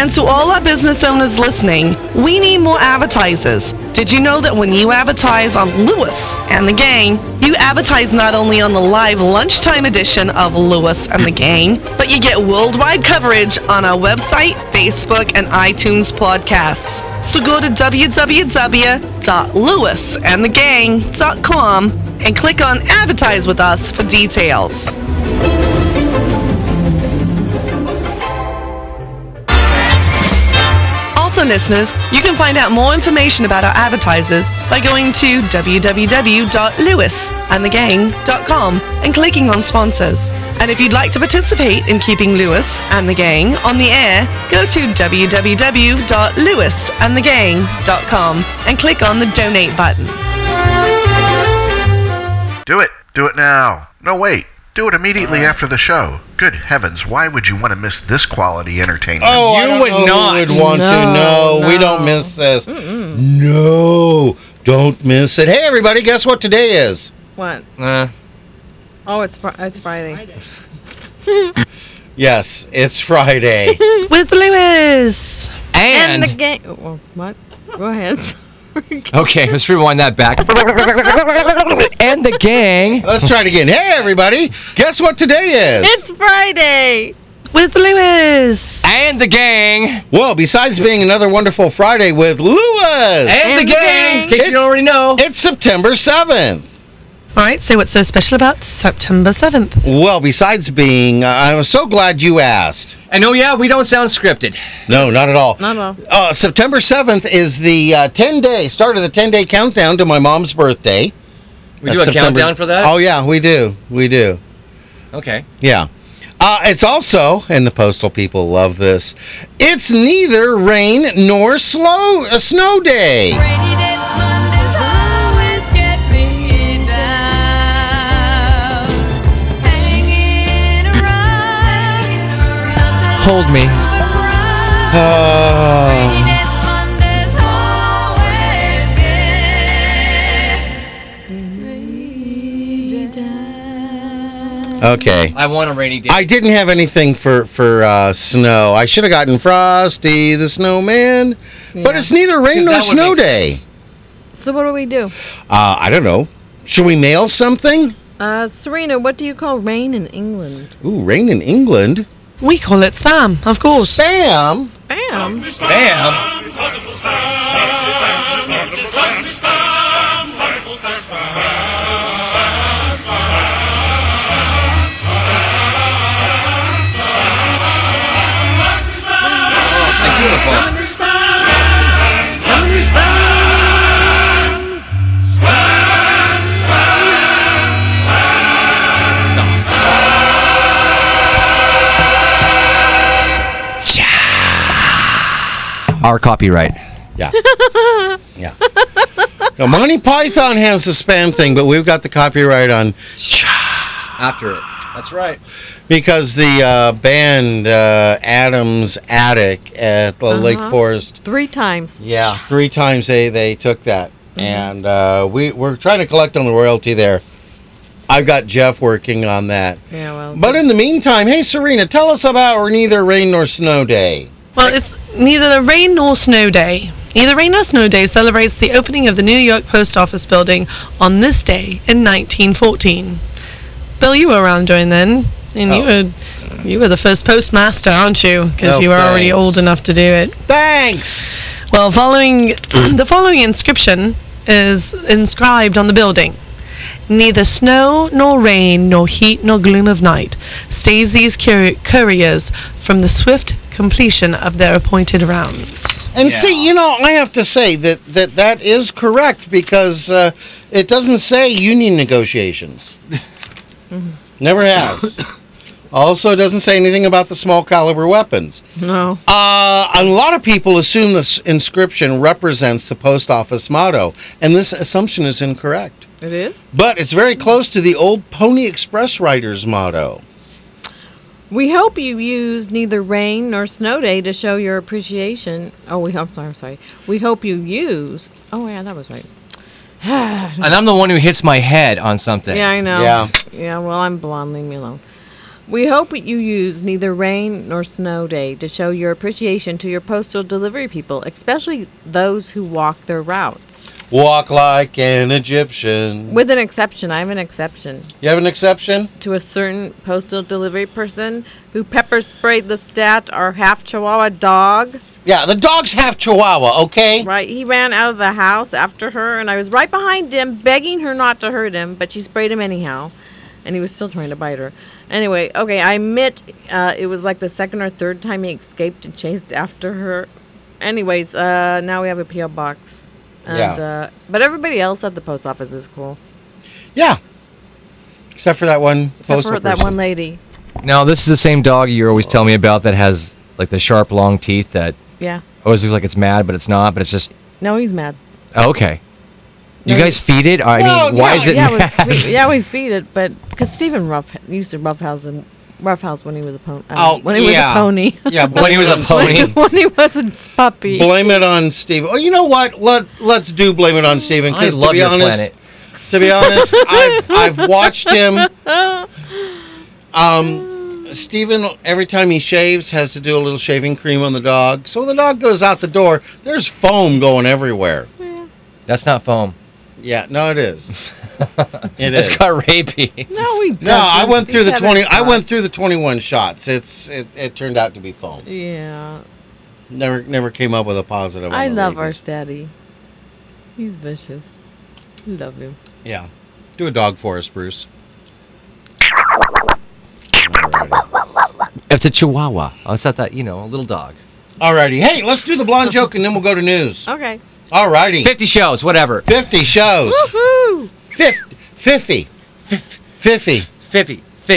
Speaker 1: And to all our business owners listening, we need more advertisers. Did you know that when you advertise on Lewis and the Gang, you advertise not only on the live lunchtime edition of Lewis and the Gang, but you get worldwide coverage on our website, Facebook, and iTunes podcasts. So go to www.lewisandthegang.com and click on Advertise with Us for details. Also, listeners, you can find out more information about our advertisers by going to www.lewisandthegang.com and clicking on sponsors. And if you'd like to participate in keeping Lewis and the Gang on the air, go to www.lewisandthegang.com and click on the donate button.
Speaker 8: Do it. Do it now. No, wait. Do it immediately after the show. Good heavens, why would you want to miss this quality entertainment?
Speaker 3: Oh,
Speaker 7: You
Speaker 3: I don't
Speaker 7: would
Speaker 3: know who
Speaker 7: not.
Speaker 3: Would want to.
Speaker 9: No,
Speaker 3: No, we
Speaker 9: no.
Speaker 3: don't miss this. No, don't miss it. Hey, everybody, guess what today is?
Speaker 2: What?
Speaker 7: Uh,
Speaker 2: Oh, it's fr- it's Friday.
Speaker 3: Yes, it's Friday.
Speaker 1: With Lewis!
Speaker 2: And, the
Speaker 4: And
Speaker 2: game. Oh, what? Go ahead. (laughs)
Speaker 4: okay, let's rewind that back. (laughs) and the gang.
Speaker 3: Let's try it again. Hey, everybody, guess what today is?
Speaker 2: it's Friday.
Speaker 1: With Lewis!
Speaker 4: And the gang.
Speaker 3: well, besides being another wonderful Friday with Lewis,
Speaker 4: And, the,
Speaker 2: the gang.
Speaker 4: gang. In case you
Speaker 3: It's-
Speaker 4: don't already know.
Speaker 3: it's September 7th.
Speaker 1: Alright, so what's so special about September 7th?
Speaker 3: Well, besides being, uh, I'm so glad you asked.
Speaker 7: and oh yeah, we don't sound scripted.
Speaker 3: No, not at all.
Speaker 2: Not at all.
Speaker 3: Uh, September 7th is the uh, 10 day, start of the 10 day countdown to my mom's birthday.
Speaker 7: We do
Speaker 3: That's
Speaker 7: a
Speaker 3: September-
Speaker 7: countdown for that.
Speaker 3: Oh, yeah, we do. We do.
Speaker 7: Okay.
Speaker 3: Yeah. Uh, it's also, and the postal people love this, it's neither rain nor slow, uh, snow day.
Speaker 4: Hold me.
Speaker 3: Uh, okay.
Speaker 7: I want a rainy day.
Speaker 3: I didn't have anything for for uh, snow. I should have gotten Frosty the Snowman, but it's neither rain
Speaker 7: 'Cause
Speaker 3: nor
Speaker 7: that would
Speaker 3: snow
Speaker 7: make
Speaker 3: day.
Speaker 7: sense.
Speaker 2: So what do we do?
Speaker 3: Uh, I don't know. Should we mail something?
Speaker 2: Uh, Serena, what do you call rain in England?
Speaker 3: Ooh, rain in England.
Speaker 1: We call it spam, of course.
Speaker 3: Spam.
Speaker 2: Bam.
Speaker 7: Bam. Oh, the uniform.
Speaker 4: Our copyright.
Speaker 7: (laughs)
Speaker 3: Yeah. yeah. Now, Monty Python has the spam thing, but we've got the copyright on
Speaker 7: After it. That's right.
Speaker 3: because the uh, band uh, Adam's Attic at the Lake
Speaker 7: Uh-huh.
Speaker 3: Forest.
Speaker 2: Three times.
Speaker 3: Yeah, three times they they took that, and uh, we we're trying to collect on the royalty there. I've got Jeff working on that.
Speaker 2: Yeah. Well.
Speaker 3: But in the meantime, hey Serena, tell us about neither rain nor snow day.
Speaker 1: Well, it's neither the rain nor snow day. Neither Rain Nor Snow Day celebrates the opening of the New York Post Office building on this day in 1914. Bill, you were around during then, and
Speaker 3: Oh.
Speaker 1: you were you were the first postmaster, aren't you? Because
Speaker 3: Oh,
Speaker 1: you were already
Speaker 3: thanks.
Speaker 1: old enough to do it.
Speaker 3: Thanks.
Speaker 1: Well, following (clears throat) the following inscription is inscribed on the building. Neither snow nor rain nor heat nor gloom of night stays these cour- couriers from the swift completion of their appointed rounds.
Speaker 3: And see, you know, I have to say that that, that is correct because uh, it doesn't say union negotiations. Never has. also, doesn't say anything about the small caliber weapons.
Speaker 2: No.
Speaker 3: Uh, a lot of people assume this inscription represents the post office motto, and this assumption is incorrect.
Speaker 2: It is?
Speaker 3: But it's very close to the old Pony Express rider's motto.
Speaker 2: We hope you use neither rain nor snow day to show your appreciation. Oh, we hope. I'm sorry. We hope you use. Oh, yeah, that was right.
Speaker 7: And I'm the one who hits my head on something.
Speaker 2: Yeah, I know.
Speaker 3: Yeah.
Speaker 2: Yeah, well, I'm blonde. Leave me alone. We hope that you use neither rain nor snow day to show your appreciation to your postal delivery people, especially those who walk their routes.
Speaker 3: Walk like an Egyptian.
Speaker 2: With an exception, I have an exception
Speaker 3: You have an exception?
Speaker 2: to a certain postal delivery person who pepper sprayed the stat or half chihuahua dog.
Speaker 3: Yeah, the dog's half Chihuahua, okay?
Speaker 2: Right, he ran out of the house after her, and I was right behind him, begging her not to hurt him, but she sprayed him anyhow, and he was still trying to bite her. Anyway, okay, I admit uh, it was like the second or third time he escaped and chased after her. Anyways, uh, now we have a PO box, and
Speaker 3: Yeah.
Speaker 2: uh, but everybody else at the post office is cool,
Speaker 3: Yeah. Except for that one
Speaker 2: except
Speaker 3: postal
Speaker 2: for that
Speaker 3: person.
Speaker 2: one lady.
Speaker 7: Now this is the same dog you always tell me about that has like the sharp, long teeth that
Speaker 2: Yeah,
Speaker 7: always looks like it's mad, but it's not. But it's just
Speaker 2: no, he's mad.
Speaker 7: oh, okay. You
Speaker 2: No,
Speaker 7: guys feed it? I
Speaker 3: Well,
Speaker 7: mean, why
Speaker 3: yeah,
Speaker 7: is it
Speaker 2: yeah,
Speaker 7: mad?
Speaker 2: we, we, yeah, we feed it, but because Stephen Ruff used to roughhouse him, roughhouse when he was a pony.
Speaker 3: Oh,
Speaker 2: when he
Speaker 3: yeah.
Speaker 2: was a pony.
Speaker 3: Yeah,
Speaker 2: (laughs)
Speaker 7: When he was a
Speaker 3: blame it on-
Speaker 7: pony.
Speaker 2: when he was a puppy.
Speaker 3: Blame it on Steve. Oh, you know what? Let let's do blame it on Steven
Speaker 7: I
Speaker 3: because to
Speaker 7: love
Speaker 3: be
Speaker 7: your
Speaker 3: honest,
Speaker 7: planet.
Speaker 3: to be
Speaker 2: (laughs)
Speaker 3: honest, I've I've watched him. Um, Steven, every time he shaves, has to do a little shaving cream on the dog. So when the dog goes out the door, there's foam going everywhere.
Speaker 7: That's not foam.
Speaker 3: Yeah, no, it
Speaker 7: (laughs)
Speaker 3: is. It
Speaker 7: It's
Speaker 3: is.
Speaker 7: got rapey.
Speaker 2: no, he doesn't.
Speaker 3: No, I went through
Speaker 2: He's
Speaker 3: the
Speaker 2: having
Speaker 3: twenty. I
Speaker 2: fun.
Speaker 3: went through the twenty-one shots. It's it, it turned out to be foam.
Speaker 2: Yeah,
Speaker 3: Never never came up with a positive. on
Speaker 2: I
Speaker 3: the
Speaker 2: love
Speaker 3: rating.
Speaker 2: our daddy. He's vicious. I Love him.
Speaker 3: Yeah. Do a dog for us, Bruce.
Speaker 7: Oh, It's a Chihuahua. I thought that you know a little dog.
Speaker 3: Alrighty. Hey, let's do the blonde joke and then we'll go to news.
Speaker 2: Okay.
Speaker 3: Alrighty.
Speaker 7: Fifty shows, whatever.
Speaker 3: 50 shows.
Speaker 2: Woohoo!
Speaker 3: 50. 50. 50.
Speaker 7: Fifty. Fifty.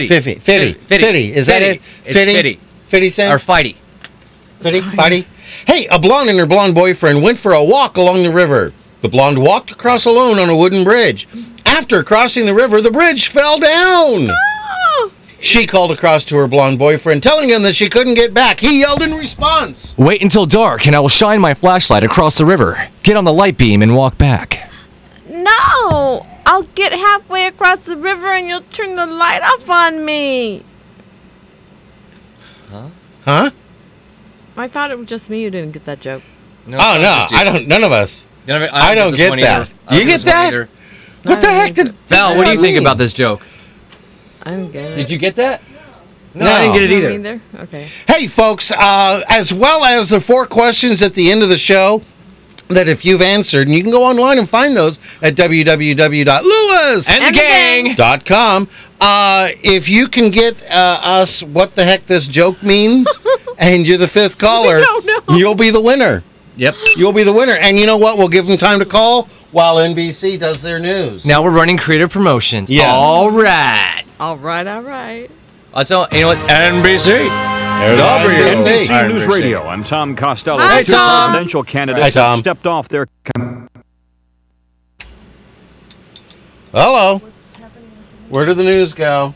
Speaker 3: 50. 50. 50. Is that it?
Speaker 7: It's Fifty.
Speaker 3: 50 cent?
Speaker 7: Or fighty.
Speaker 3: Fitty, buddy. Hey, a blonde and her blonde boyfriend went for a walk along the river. The blonde walked across alone on a wooden bridge. After crossing the river, the bridge fell down. She called across to her blonde boyfriend, telling him that she couldn't get back. He yelled in response.
Speaker 7: Wait until dark, and I will shine my flashlight across the river. Get on the light beam and walk back.
Speaker 2: No, I'll get halfway across the river and you'll turn the light off on me.
Speaker 3: Huh?
Speaker 2: I thought it was just me who didn't get that joke.
Speaker 7: No,
Speaker 3: Oh no, I don't. None of us.
Speaker 7: None of it-
Speaker 3: I don't
Speaker 7: this
Speaker 3: get
Speaker 7: one
Speaker 3: that.
Speaker 7: either. I don't
Speaker 3: You get
Speaker 7: this one
Speaker 3: that?
Speaker 7: either.
Speaker 3: What the
Speaker 2: I
Speaker 3: heck
Speaker 2: didn't
Speaker 3: did
Speaker 7: Val, what do you think
Speaker 3: mean?
Speaker 7: about this joke?
Speaker 2: I didn't get it.
Speaker 7: Did you get that? No,
Speaker 3: No.
Speaker 7: I didn't get it
Speaker 2: No,
Speaker 7: either.
Speaker 2: either? Okay.
Speaker 3: Hey, folks. Uh, as well as the four questions at the end of the show. That if you've answered, and you can go online and find those at www.lewis.com.
Speaker 7: And, the
Speaker 2: And the
Speaker 7: gang.
Speaker 3: Uh, if you can get uh, us what the heck this joke means, and you're the fifth caller,
Speaker 2: don't know.
Speaker 3: you'll be the winner.
Speaker 7: Yep.
Speaker 3: You'll be the winner. And you know what? We'll give them time to call while NBC does their news.
Speaker 7: Now we're running creative promotions.
Speaker 3: Yes.
Speaker 7: All right.
Speaker 2: All right, all right.
Speaker 7: That's all. You know what? NBC.
Speaker 3: There's NBC.
Speaker 10: NBC News Radio. I'm Tom Costello.
Speaker 2: Hi,
Speaker 10: Two
Speaker 2: Tom.
Speaker 10: presidential candidates
Speaker 3: Hi,
Speaker 10: have
Speaker 3: Tom.
Speaker 10: stepped off their
Speaker 3: Hello. Where did the news go?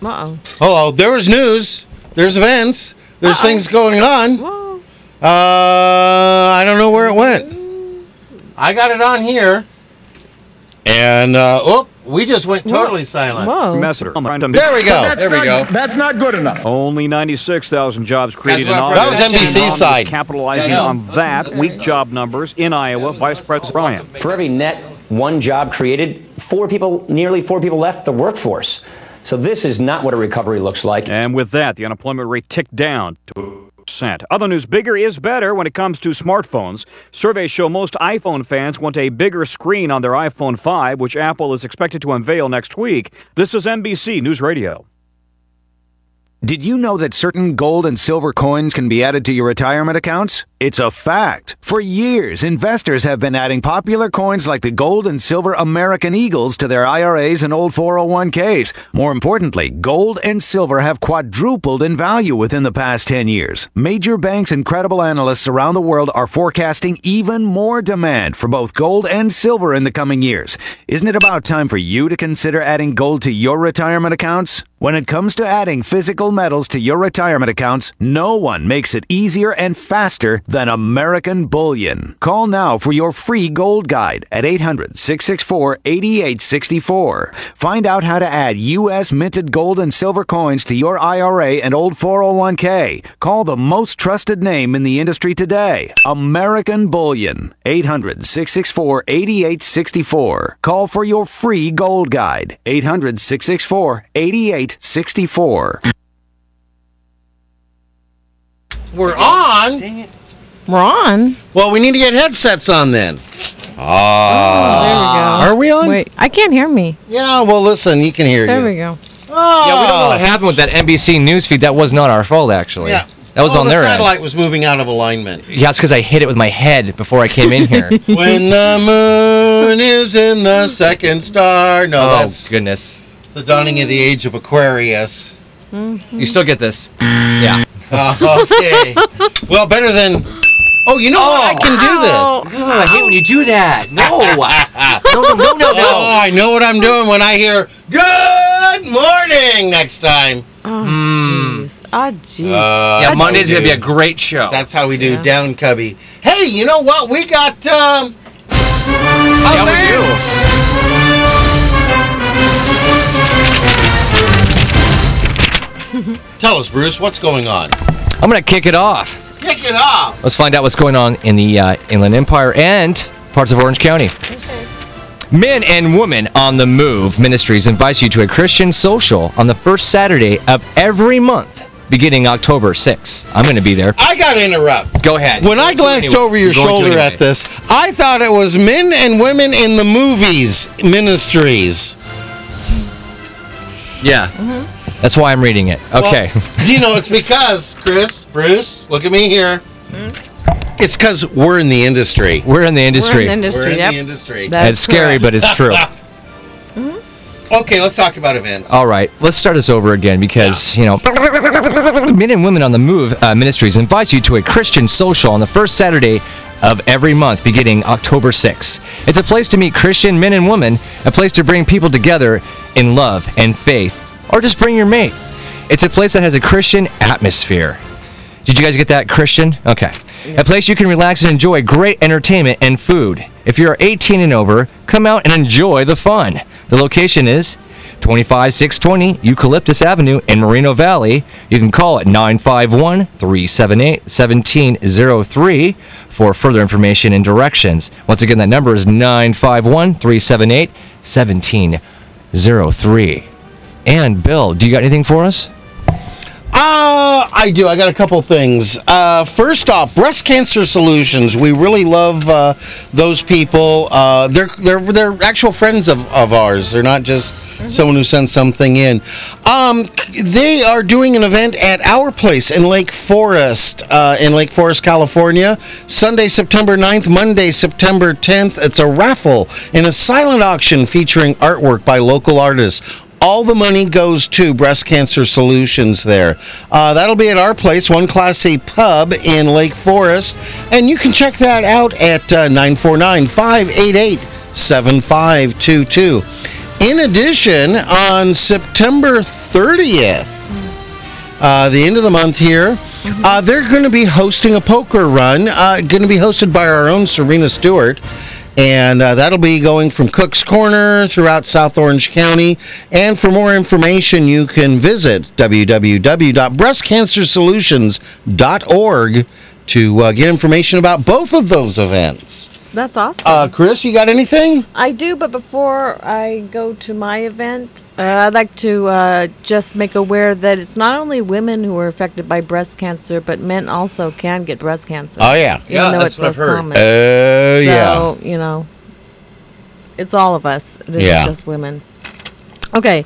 Speaker 2: Uh oh.
Speaker 3: Hello. There was news. There's events. There's things going on.
Speaker 2: Whoa.
Speaker 3: Uh, I don't know where it went. I got it on here. And uh, oh, We just went totally silent.
Speaker 10: Messer.
Speaker 3: There we go.
Speaker 10: That's
Speaker 3: There we
Speaker 10: not-
Speaker 3: go.
Speaker 10: That's not good enough. Only 96,000 jobs created in
Speaker 3: what I'm
Speaker 10: Iowa.
Speaker 3: That was NBC 's side.
Speaker 10: Capitalizing
Speaker 11: Yeah, I know.
Speaker 10: on that weak job numbers in Iowa, Vice President Ryan.
Speaker 11: For every net one job created, four people, nearly four people left the workforce. So this is not what a recovery looks like.
Speaker 10: And with that, the unemployment rate ticked down to percent. Other news: bigger is better when it comes to smartphones. Surveys show most iPhone fans want a bigger screen on their iPhone 5, which Apple is expected to unveil next week. This is NBC News Radio.
Speaker 12: Did you know that certain gold and silver coins can be added to your retirement accounts? It's a fact. For years, investors have been adding popular coins like the gold and silver American Eagles to their IRAs and old 401ks. More importantly, gold and silver have quadrupled in value within the past 10 years. Major banks and credible analysts around the world are forecasting even more demand for both gold and silver in the coming years. Isn't it about time for you to consider adding gold to your retirement accounts? When it comes to adding physical metals to your retirement accounts, no one makes it easier and faster than American Bullion. Call now for your free gold guide at 800 664 8864. Find out how to add U.S. minted gold and silver coins to your IRA and old 401k. Call the most trusted name in the industry today American Bullion. 800 664 8864. Call for your free gold guide. 800 664 8864.
Speaker 3: We're on. Dang it.
Speaker 2: We're on.
Speaker 3: Well, we need to get headsets on then. Ah.
Speaker 2: there we go.
Speaker 3: Are we on?
Speaker 2: Wait, I can't hear me.
Speaker 3: Yeah, well, listen, you can hear
Speaker 2: There
Speaker 3: you.
Speaker 2: we go.
Speaker 3: Yeah,
Speaker 4: we don't know what happened with that NBC news feed. That was not our fault, actually.
Speaker 3: Yeah.
Speaker 4: That was
Speaker 3: Oh,
Speaker 4: on
Speaker 3: the
Speaker 4: their
Speaker 3: satellite
Speaker 4: end.
Speaker 3: was moving out of alignment.
Speaker 4: Yeah, it's because I hit it with my head before I came in
Speaker 3: (laughs)
Speaker 4: here.
Speaker 3: when the moon is in the second star. No,
Speaker 4: oh,
Speaker 3: that's
Speaker 4: goodness.
Speaker 3: the dawning of the age of Aquarius. (laughs)
Speaker 4: You still get this. Yeah.
Speaker 3: Uh, okay. well, better than. Oh, you know what? I can do this.
Speaker 4: I hate when you do that. No. (laughs) no, no, no, no, no.
Speaker 3: Oh, I know what I'm doing when I hear "Good morning" next time.
Speaker 2: Oh,
Speaker 3: Hmm.
Speaker 2: Jeez. Ah,
Speaker 3: Uh,
Speaker 2: jeez.
Speaker 4: yeah,
Speaker 3: that's
Speaker 4: Monday's
Speaker 3: how we
Speaker 4: going to be a
Speaker 3: do.
Speaker 4: great show.
Speaker 3: That's how we do down cubby. Hey, you know what? We got um
Speaker 4: yeah, we do.
Speaker 3: events. Tell us, Bruce, what's going on?
Speaker 4: I'm going to kick it off.
Speaker 3: Kick it off.
Speaker 4: Let's find out what's going on in the uh, Inland Empire and parts of Orange County. Men and Women on the Move Ministries invites you to a Christian social on the first Saturday of every month beginning October 6th. I'm going to be there.
Speaker 3: I got to interrupt.
Speaker 4: Go ahead.
Speaker 3: When I
Speaker 4: You're going to
Speaker 3: glanced
Speaker 4: anyway.
Speaker 3: over your
Speaker 4: You're going to
Speaker 3: shoulder
Speaker 4: anyway.
Speaker 3: at this, I thought it was men and women in the movies ministries.
Speaker 4: Yeah. That's why I'm reading it. Okay.
Speaker 3: Well, (laughs) you know, it's because, Chris, Bruce, look at me here.
Speaker 2: Hmm?
Speaker 3: It's because we're in the industry.
Speaker 4: We're in the industry.
Speaker 2: We're in the industry.
Speaker 3: We're in
Speaker 2: yep.
Speaker 3: the industry.
Speaker 2: That-
Speaker 4: It's scary, but it's true.
Speaker 3: Okay, let's talk about events.
Speaker 4: All right, let's start us over again because, you know, Men and Women on the Move uh, Ministries invites you to a Christian social on the first Saturday of every month beginning October 6th. It's a place to meet Christian men and women, a place to bring people together in love and faith, or just bring your mate. It's a place that has a Christian atmosphere. Did you guys get that, Christian? Okay. A place you can relax and enjoy great entertainment and food. If you're 18 and over, come out and enjoy the fun. The location is 25620 Eucalyptus Avenue in Moreno Valley. You can call at 951 378 1703 for further information and directions. Once again, that number is 951 378 1703. And Bill, do you got anything for us?
Speaker 3: Uh, I do. I got a couple things. Uh, first off, Breast Cancer Solutions. We really love uh, those people. Uh, they're they're they're actual friends of, of ours. They're not just someone who sends something in. Um, they are doing an event at our place in Lake Forest, uh, in Lake Forest, California, Sunday, September 9th, Monday, September 10th. It's a raffle and a silent auction featuring artwork by local artists. All the money goes to Breast Cancer Solutions there. Uh, that'll be at our place, One Class A Pub in Lake Forest. And you can check that out at uh, 949 588 7522. In addition, on September 30th, uh, the end of the month here. Uh, they're going to be hosting a poker run, uh, going to be hosted by our own Serena Stewart. And uh, that'll be going from Cook's Corner throughout South Orange County. And for more information, you can visit www.breastcancersolutions.org to uh, get information about both of those events.
Speaker 2: That's awesome.
Speaker 3: Uh, Chris, you got anything?
Speaker 2: I do, but before I go to my event, uh, I'd like to uh, just make aware that it's not only women who are affected by breast cancer, but men also can get breast cancer.
Speaker 3: Oh, yeah.
Speaker 2: even
Speaker 3: Yeah,
Speaker 2: though
Speaker 3: that's
Speaker 2: it's
Speaker 3: what I've
Speaker 2: less
Speaker 3: heard.
Speaker 2: common.
Speaker 3: Oh, yeah.
Speaker 2: So you know, it's all of us. It isn't
Speaker 3: Yeah.
Speaker 2: just women. Okay.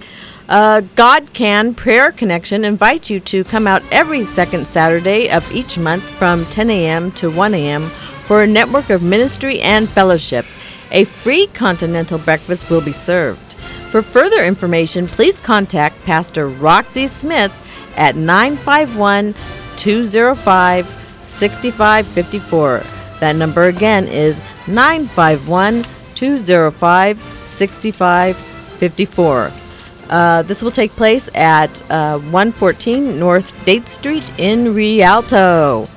Speaker 2: Uh, God Can Prayer Connection invites you to come out every second Saturday of each month from 10 a.m. to 1 a.m. for a network of ministry and fellowship. A free continental breakfast will be served. For further information, please contact Pastor Roxy Smith at 951 205 6554. That number again is 951 205 6554. Uh, this will take place at uh, 114 North Date Street in Rialto.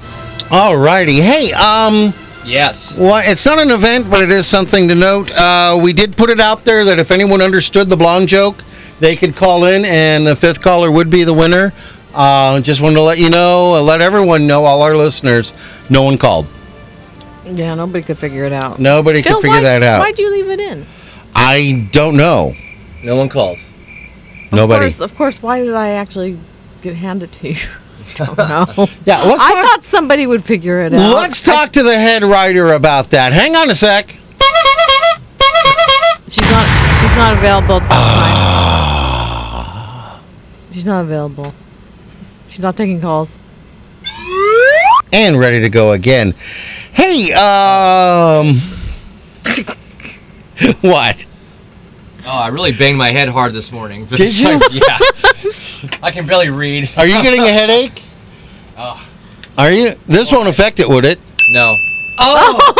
Speaker 3: Alrighty. Hey, um.
Speaker 13: Yes.
Speaker 3: Well, it's not an event, but it is something to note. Uh, we did put it out there that if anyone understood the blonde joke, they could call in, and the fifth caller would be the winner. Uh, just wanted to let you know, uh, let everyone know, all our listeners, no one called.
Speaker 2: Yeah, nobody could figure it out.
Speaker 3: Nobody could
Speaker 2: Bill,
Speaker 3: figure
Speaker 2: why-
Speaker 3: that out.
Speaker 2: Why'd you leave it in?
Speaker 3: I don't know.
Speaker 13: No one called.
Speaker 2: Of
Speaker 3: Nobody.
Speaker 2: course, of course. Why did I actually get handed to you? (laughs)
Speaker 3: (laughs)
Speaker 2: don't know.
Speaker 3: yeah, let's
Speaker 2: I
Speaker 3: talk-
Speaker 2: thought somebody would figure it out.
Speaker 3: Let's talk to the head writer about that. Hang on a sec.
Speaker 2: She's not. She's not available. At this time. She's not available. She's not taking calls.
Speaker 3: And ready to go again. Hey, um. (laughs) what?
Speaker 13: Oh, I really banged my head hard this morning. (laughs)
Speaker 3: Did you?
Speaker 13: yeah. I can barely read.
Speaker 3: Are you (laughs) getting a headache?
Speaker 13: Oh.
Speaker 3: Ah. Are you? This won't affect it, would it?
Speaker 13: No. Oh.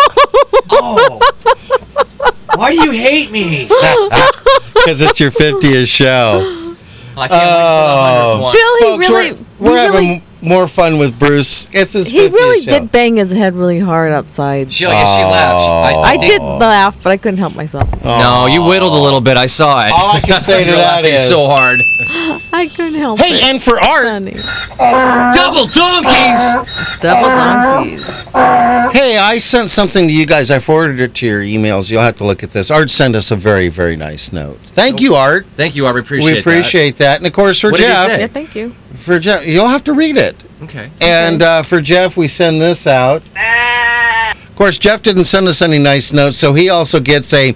Speaker 13: oh. Why do you hate me?
Speaker 3: Because it's your 50th (laughs) show.
Speaker 13: I can't
Speaker 3: oh.
Speaker 13: wait till
Speaker 2: Bill, he really-
Speaker 3: We're, we're
Speaker 2: he
Speaker 3: having
Speaker 2: really-
Speaker 3: more fun with Bruce. It's his 50th
Speaker 2: He really
Speaker 3: show.
Speaker 2: did bang his head really hard outside.
Speaker 13: She, yeah, she
Speaker 3: Oh.
Speaker 13: laughed.
Speaker 2: I did laugh, but I couldn't help myself.
Speaker 13: No, you whittled a little bit. I saw it.
Speaker 3: All I can say
Speaker 7: (laughs)
Speaker 3: to
Speaker 13: You're
Speaker 3: that
Speaker 13: laughing
Speaker 3: is-
Speaker 13: so hard.
Speaker 2: I couldn't help
Speaker 3: Hey,
Speaker 2: it.
Speaker 3: and for art.
Speaker 13: Double donkeys.
Speaker 2: Double donkeys.
Speaker 3: Hey, I sent something to you guys. I forwarded it to your emails. You'll have to look at this. Art sent us a very, very nice note. Thank you, Art.
Speaker 13: Thank you, Aubrey. Appreciate
Speaker 3: we appreciate that. And of course, for
Speaker 13: What did he
Speaker 3: Jeff,
Speaker 13: say? Yeah,
Speaker 2: thank you. (laughs)
Speaker 3: For Jeff, you'll have to read it.
Speaker 13: that. Okay.
Speaker 3: And uh, for Jeff, we send this out. Of course, Jeff didn't send us any nice notes, so he also gets a.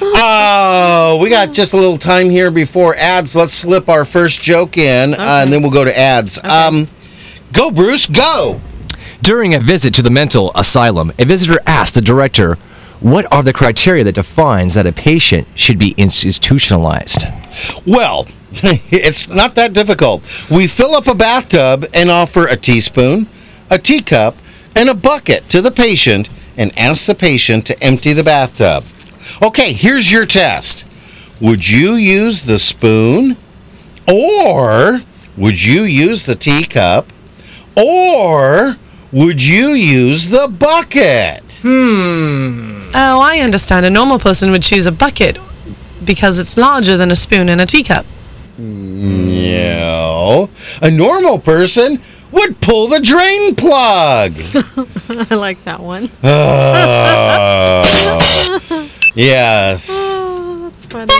Speaker 3: Oh, we got just a little time here before ads. Let's slip our first joke in, uh, and then we'll go to ads. Um, go, Bruce, go!
Speaker 7: During a visit to the mental asylum, a visitor asked the director, "What are the criteria that defines that a patient should be institutionalized?"
Speaker 3: Well, (laughs) it's not that difficult. We fill up a bathtub and offer a teaspoon, a teacup, and a bucket to the patient and ask the patient to empty the bathtub. Okay, here's your test. Would you use the spoon? Or would you use the teacup? Or would you use the bucket?
Speaker 1: Hmm. Oh, I understand. A normal person would choose a bucket because it's larger than a spoon and a teacup.
Speaker 3: No. A normal person would pull the drain plug.
Speaker 2: I like that one. (laughs)
Speaker 3: Oh. yes.
Speaker 2: Oh, That's funny.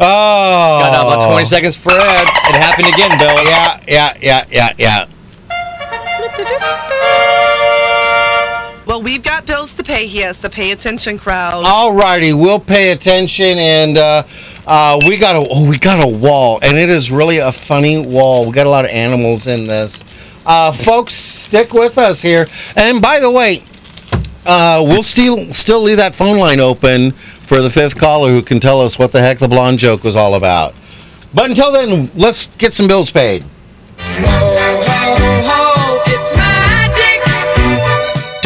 Speaker 3: oh. Got
Speaker 13: Got about 20 seconds for ads. It happened again, Bill.
Speaker 3: Yeah, yeah, yeah, yeah, yeah.
Speaker 1: Well, we've got bills to pay here, so pay attention, crowd.
Speaker 3: Alrighty, we'll pay attention, and uh, uh, we got a oh, we got a wall, and it is really a funny wall. We got a lot of animals in this, uh, folks. Stick with us here, and by the way, uh, we'll still still leave that phone line open for the fifth caller who can tell us what the heck the blonde joke was all about. But until then, let's get some bills paid.
Speaker 6: Ho, ho, it's magic.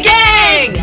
Speaker 6: gang!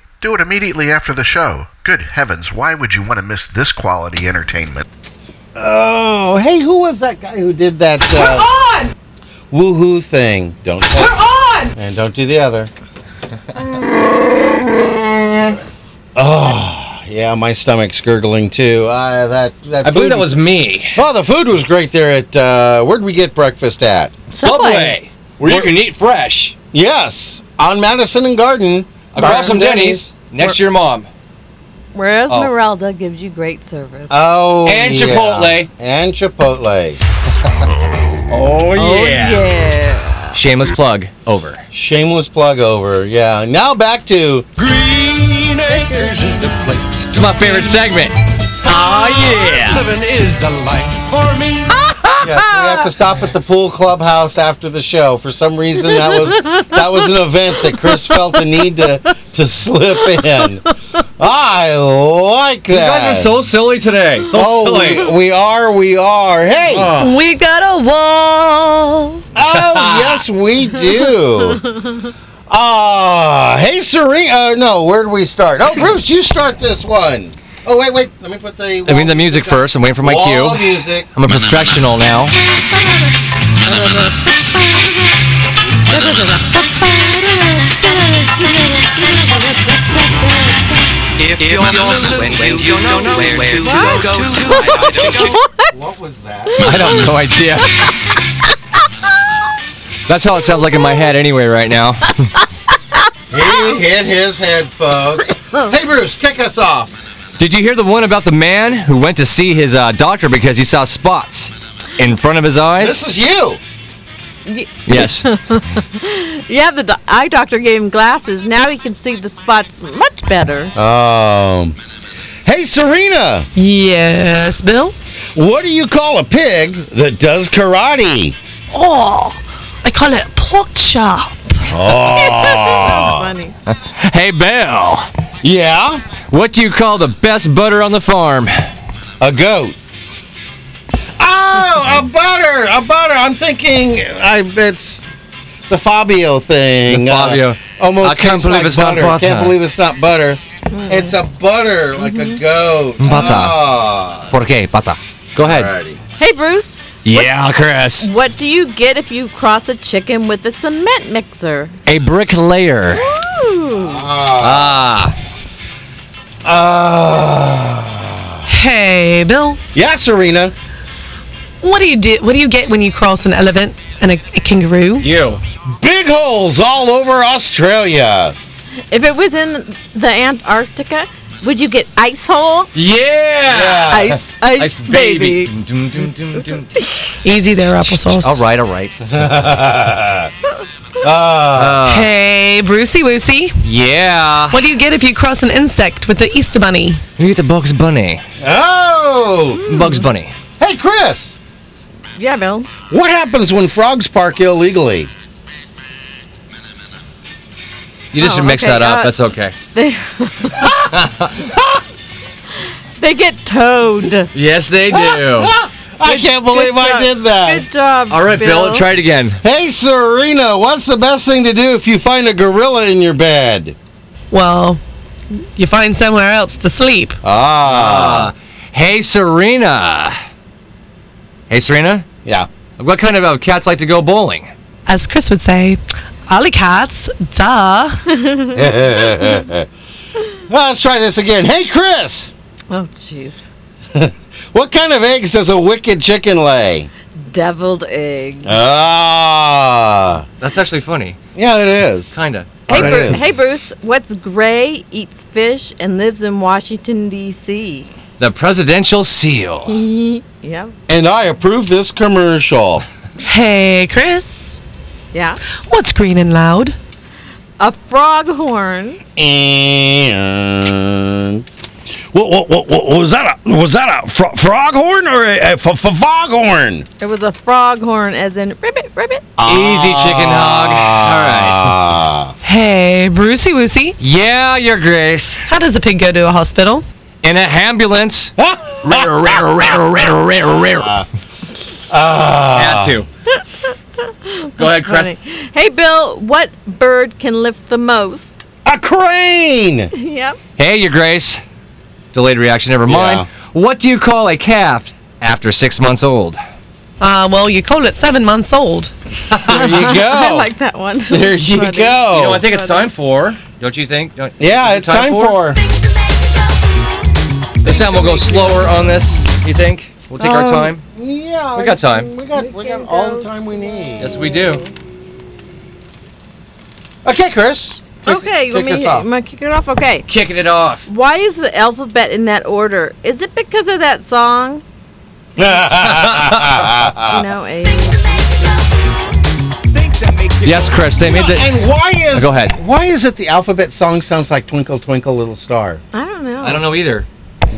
Speaker 8: Do it immediately after the show. Good heavens, why would you want to miss this quality entertainment?
Speaker 3: Oh, hey, who was that guy who did that uh, woohoo thing? Don't touch.
Speaker 1: on!
Speaker 3: And don't do the other. (laughs) oh, yeah, my stomach's gurgling too. Uh, that, that
Speaker 14: I believe
Speaker 3: food
Speaker 14: that was me.
Speaker 3: Oh, the food was great there at uh, where'd we get breakfast at?
Speaker 14: Subway. Where you
Speaker 3: Where-
Speaker 14: can eat fresh.
Speaker 3: Yes, on Madison and Garden.
Speaker 14: Across from Denny's. Next to your mom.
Speaker 2: Where
Speaker 14: Oh.
Speaker 2: Esmeralda gives you great service.
Speaker 3: Oh,
Speaker 14: And
Speaker 3: yeah.
Speaker 14: Chipotle.
Speaker 3: And Chipotle.
Speaker 14: Oh,
Speaker 2: yeah.
Speaker 7: Shameless plug. Over.
Speaker 3: Shameless plug over. Yeah. Now back to
Speaker 14: Green Acres is the place. It's my favorite segment.
Speaker 7: Oh yeah.
Speaker 14: Living is the life for me.
Speaker 3: yes, we have to stop at the pool clubhouse after the show. For some reason, that was that was an event that Chris felt the need to to slip in. I like that.
Speaker 14: You guys are so silly today. So
Speaker 3: oh,
Speaker 14: silly.
Speaker 3: we, we are, we are. Hey,
Speaker 14: Oh.
Speaker 2: We got a wall.
Speaker 3: oh yes, we do.
Speaker 14: (laughs)
Speaker 3: Ah, hey, Serena. Uh, no, where do we start? Oh, Bruce, you start this one. Oh wait, wait. Let me put the.
Speaker 7: I mean the music first. I'm waiting for my
Speaker 3: wall
Speaker 7: cue.
Speaker 3: music.
Speaker 7: I'm a professional now.
Speaker 14: If you're when, you don't know where to go
Speaker 3: What was that?
Speaker 7: I don't have
Speaker 4: (laughs)
Speaker 7: no idea. That's how it sounds like in my head anyway right now.
Speaker 3: He hit his
Speaker 14: (laughs)
Speaker 3: head, folks. hey, Bruce, kick us off.
Speaker 7: Did you hear the one about the man who went to see his uh, doctor because he saw spots in front of his eyes?
Speaker 3: This is you.
Speaker 7: (laughs) Yes.
Speaker 2: Yeah, the do- eye doctor gave him glasses. Now he can see the spots much better.
Speaker 3: Um. Hey, Serena,
Speaker 1: Yes, Bill?
Speaker 3: what do you call a pig that does karate?
Speaker 1: Oh, I call it pork chop.
Speaker 3: Oh,
Speaker 2: That's funny.
Speaker 7: hey, Bill.
Speaker 3: yeah,
Speaker 7: What do you call the best butter on the farm?
Speaker 3: a goat. Oh, a butter, a butter. I'm thinking, I it's the Fabio thing.
Speaker 7: The Fabio.
Speaker 3: Uh, almost.
Speaker 7: I can't
Speaker 3: tastes
Speaker 7: believe
Speaker 3: like
Speaker 7: it's not butter.
Speaker 3: Can't believe it's not butter. It's a butter like a goat.
Speaker 7: Butter.
Speaker 3: Ah.
Speaker 7: Por qué? Pata. Go ahead.
Speaker 3: Alrighty.
Speaker 2: Hey, Bruce.
Speaker 7: Yeah, Chris.
Speaker 2: What do you get if you cross a chicken with a cement mixer?
Speaker 7: A bricklayer.
Speaker 2: Ooh.
Speaker 7: Ah.
Speaker 1: Hey, Bill.
Speaker 3: Yeah, Serena.
Speaker 1: What do you do? What do you get when you cross an elephant and a, a kangaroo?
Speaker 7: You.
Speaker 3: Big holes all over Australia.
Speaker 2: If it was in the Antarctica, would you get ice holes?
Speaker 7: Yeah.
Speaker 2: Ice, ice, baby.
Speaker 1: Easy there, applesauce.
Speaker 7: All right, all right.
Speaker 3: Uh,
Speaker 1: Hey, Brucey Woosey.
Speaker 7: yeah.
Speaker 1: What do you get if you cross an insect with the Easter Bunny?
Speaker 7: You get the Bugs Bunny.
Speaker 3: Oh.
Speaker 7: Bugs Bunny.
Speaker 3: Hey, Chris.
Speaker 2: Yeah, Bill.
Speaker 3: What happens when frogs park illegally?
Speaker 7: You just
Speaker 2: Oh,
Speaker 7: should mix
Speaker 2: okay,
Speaker 7: that up.
Speaker 2: uh,
Speaker 7: That's okay.
Speaker 2: They, (laughs) they get towed.
Speaker 7: Yes, they do.
Speaker 3: I can't believe I
Speaker 2: job.
Speaker 3: did that.
Speaker 2: Good job.
Speaker 7: all right, Bill. Try it again.
Speaker 3: Hey, Serena, what's the best thing to do if you find a gorilla in your bed?
Speaker 1: Well, you find somewhere else to sleep.
Speaker 3: Ah.
Speaker 7: Uh, hey, Serena. Hey, Serena.
Speaker 3: Yeah. (laughs)
Speaker 7: What kind of uh, cats like to go bowling?
Speaker 1: As Chris would say, Ollie cats, duh.
Speaker 3: Well, Let's try this again. Hey, Chris,
Speaker 2: Oh, jeez.
Speaker 3: what kind of eggs does a wicked chicken lay?
Speaker 2: Deviled egg.
Speaker 3: Ah.
Speaker 7: That's actually funny.
Speaker 3: Yeah, it is.
Speaker 7: Kinda.
Speaker 2: Hey,
Speaker 3: Alright.
Speaker 2: Bru- hey, Bruce. What's gray, eats fish, and lives in Washington, D.C.?
Speaker 7: The presidential seal.
Speaker 2: (laughs) yep.
Speaker 3: And I approve this commercial.
Speaker 1: hey, Chris.
Speaker 2: Yeah.
Speaker 1: What's green and loud?
Speaker 2: A frog horn.
Speaker 3: And
Speaker 15: What, what, what, what was that? A, was that a fro- frog horn or a, a f- f- fog horn?
Speaker 2: It was a frog horn, as in ribbit, ribbit.
Speaker 7: Easy, chicken hog. All right.
Speaker 3: ah.
Speaker 1: Hey, Brucey Woosey.
Speaker 7: Yeah, Your Grace.
Speaker 1: How does a pig go to a hospital?
Speaker 7: In an ambulance.
Speaker 3: (laughs)
Speaker 15: Rare, rare, rare, rare, rare, rare.
Speaker 7: Had to. Go ahead, Chris.
Speaker 2: Hey, Bill. What bird can lift the most? (laughs)
Speaker 3: A crane.
Speaker 2: Yep.
Speaker 7: Hey, Your Grace. Delayed reaction. Never mind. What do you call a calf after six months old?
Speaker 1: Uh, well, you call it seven months old.
Speaker 3: There you go.
Speaker 7: (laughs)
Speaker 2: I like that one.
Speaker 3: Oh. (laughs) there you
Speaker 2: Funny.
Speaker 3: go.
Speaker 7: You know, I think it's time for. Don't (laughs) you think? Don't,
Speaker 3: yeah, it's time, for.
Speaker 7: This time we'll go slower on this. You think? We'll take our
Speaker 3: Um,
Speaker 7: time.
Speaker 3: Yeah.
Speaker 7: We got time.
Speaker 3: We got, we got all the time we need.
Speaker 7: Yes, we do.
Speaker 3: Okay, Chris.
Speaker 2: Okay, you want
Speaker 3: kick
Speaker 2: me
Speaker 3: us off.
Speaker 2: to kick it off? Okay.
Speaker 7: Kicking it off.
Speaker 2: Why is the alphabet in that order? Is it because of
Speaker 3: (laughs)
Speaker 2: that song? you know, a
Speaker 7: Yes, Chris. They made the.
Speaker 3: And why is
Speaker 7: Go ahead.
Speaker 3: Why is it the alphabet song sounds like Twinkle Twinkle Little Star?
Speaker 2: I don't know.
Speaker 7: I don't know either.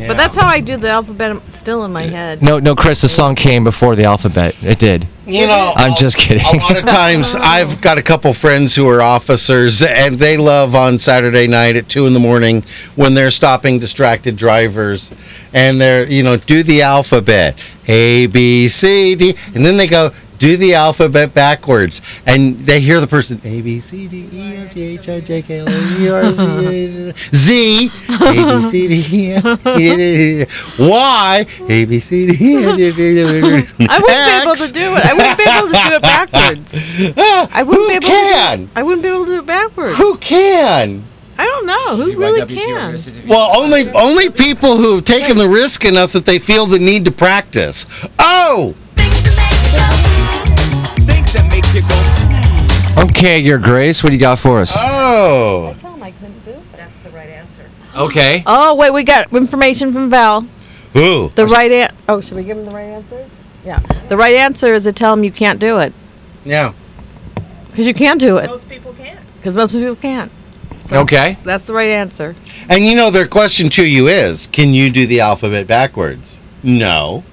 Speaker 2: But that's how I do the alphabet I'm still in my head.
Speaker 7: No, no, Chris. The song came before the alphabet. It did.
Speaker 3: You know,
Speaker 7: I'm just kidding.
Speaker 3: a lot of times I've got a couple friends who are officers, and they love on Saturday night at two in the morning when they're stopping distracted drivers, and they're you know do the alphabet A B C D, and then they go do the alphabet backwards, and they hear the person A B C D E F G H I J K L M N O P Q R S T U V W Z A B C D E F G H Y A B C D E F G H I J K L M N O P Q R S T U V W X.
Speaker 2: I wouldn't be able to do it. I wouldn't be
Speaker 3: (laughs)
Speaker 2: able to do it backwards. I wouldn't
Speaker 3: Who
Speaker 2: be able
Speaker 3: can?
Speaker 2: to do it. I wouldn't be able to do it backwards.
Speaker 3: Who can?
Speaker 2: I don't know. Who really can?
Speaker 3: Well, only only people who have taken the risk enough that they feel the need to practice. Oh,
Speaker 7: (laughs) Okay, Your Grace. What do you got for us?
Speaker 3: oh,
Speaker 2: Tell 'em I couldn't do it. That's the right answer.
Speaker 7: Okay.
Speaker 2: Oh wait, we got information from Val.
Speaker 3: who?
Speaker 2: The right an- Oh, should we give him the right answer? Yeah. The right answer is to tell him you can't do it
Speaker 3: Yeah.
Speaker 2: because you can do it. Most people can. Because most people can't.
Speaker 7: Okay.
Speaker 2: That's the right answer.
Speaker 3: And you know their question to you is, can you do the alphabet backwards? No.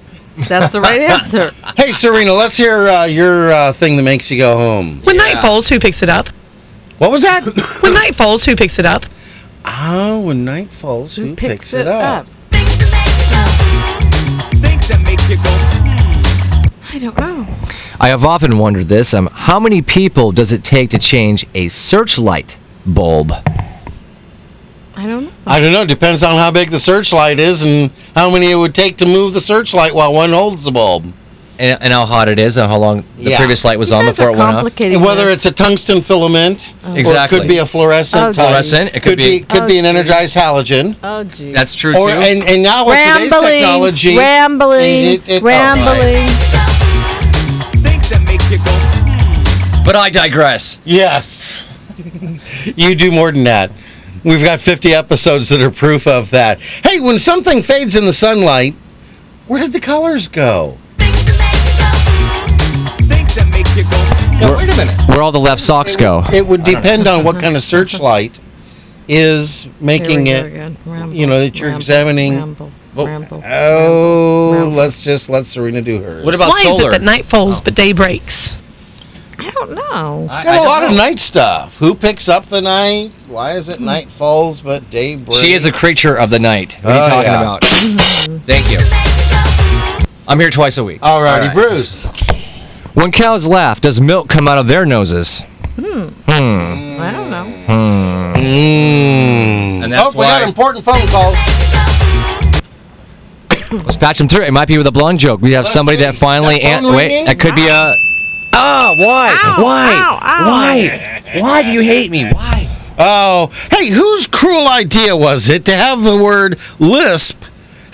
Speaker 2: That's
Speaker 3: (laughs)
Speaker 2: the right answer.
Speaker 3: Hey, Serena, let's hear uh, your uh, thing that makes you go home.
Speaker 1: When night falls, who picks it up?
Speaker 3: What was that?
Speaker 1: When night falls, who picks it up?
Speaker 3: (coughs) oh, when night falls, who, picks, it up?
Speaker 2: I don't
Speaker 7: I have often wondered this. Um, how many people does it take to change a searchlight bulb?
Speaker 2: I don't know.
Speaker 3: I don't know. Depends on how big the searchlight is and how many it would take to move the searchlight while one holds the bulb.
Speaker 7: And, and how hot it is and how long the previous light was You on guys before are it went off. complicating
Speaker 3: Whether
Speaker 7: this.
Speaker 3: it's a tungsten filament, or
Speaker 7: Exactly.
Speaker 3: it could be a fluorescent.
Speaker 7: Oh,
Speaker 3: type.
Speaker 7: Fluorescent, it could be-
Speaker 3: could
Speaker 7: Oh,
Speaker 3: be an energized halogen.
Speaker 2: Oh, gee.
Speaker 7: That's true
Speaker 3: Or,
Speaker 7: too.
Speaker 3: and, and now with today's
Speaker 2: Rambling,
Speaker 3: technology,
Speaker 2: rambling,
Speaker 3: it- it- oh,
Speaker 2: rambling.
Speaker 7: But I digress.
Speaker 3: Yes. (laughs) you do more than that. We've got 50 episodes that are proof of that. Hey, when something fades in the sunlight, where did the colors go? Now, wait a minute.
Speaker 7: Where all the left socks go?
Speaker 3: It would depend on what
Speaker 7: (laughs)
Speaker 3: kind of searchlight is making
Speaker 7: Here
Speaker 3: it,
Speaker 7: we go again. Ramble,
Speaker 3: you know, that you're
Speaker 7: ramble,
Speaker 3: examining. Oh, oh, let's just let Serena do hers.
Speaker 1: What about Why is it solar? Oh. that night falls but day breaks?
Speaker 2: I don't know.
Speaker 3: I got a lot of night stuff. Who picks up the night? Why is it night falls but day breaks?
Speaker 7: She is a creature of the night. What are you
Speaker 3: Oh,
Speaker 7: talking
Speaker 3: yeah.
Speaker 7: about? Thank you. I'm here twice a week.
Speaker 3: Alrighty,
Speaker 7: Alright.
Speaker 3: Bruce.
Speaker 7: When cows laugh, does milk come out of their noses?
Speaker 2: Hmm.
Speaker 7: Hmm.
Speaker 2: I don't know.
Speaker 7: Hmm. And
Speaker 3: oh,
Speaker 7: that's
Speaker 3: we got
Speaker 7: why.
Speaker 3: important phone calls.
Speaker 7: Let's patch them through. It might be with a blonde joke. We have somebody that finally.
Speaker 3: That
Speaker 7: an-
Speaker 3: phone
Speaker 7: wait,
Speaker 3: ringing?
Speaker 7: that could be uh, a. Ah, why? why? Why? Why do you hate me? Why?
Speaker 3: Oh, hey, whose cruel idea was it to have the word lisp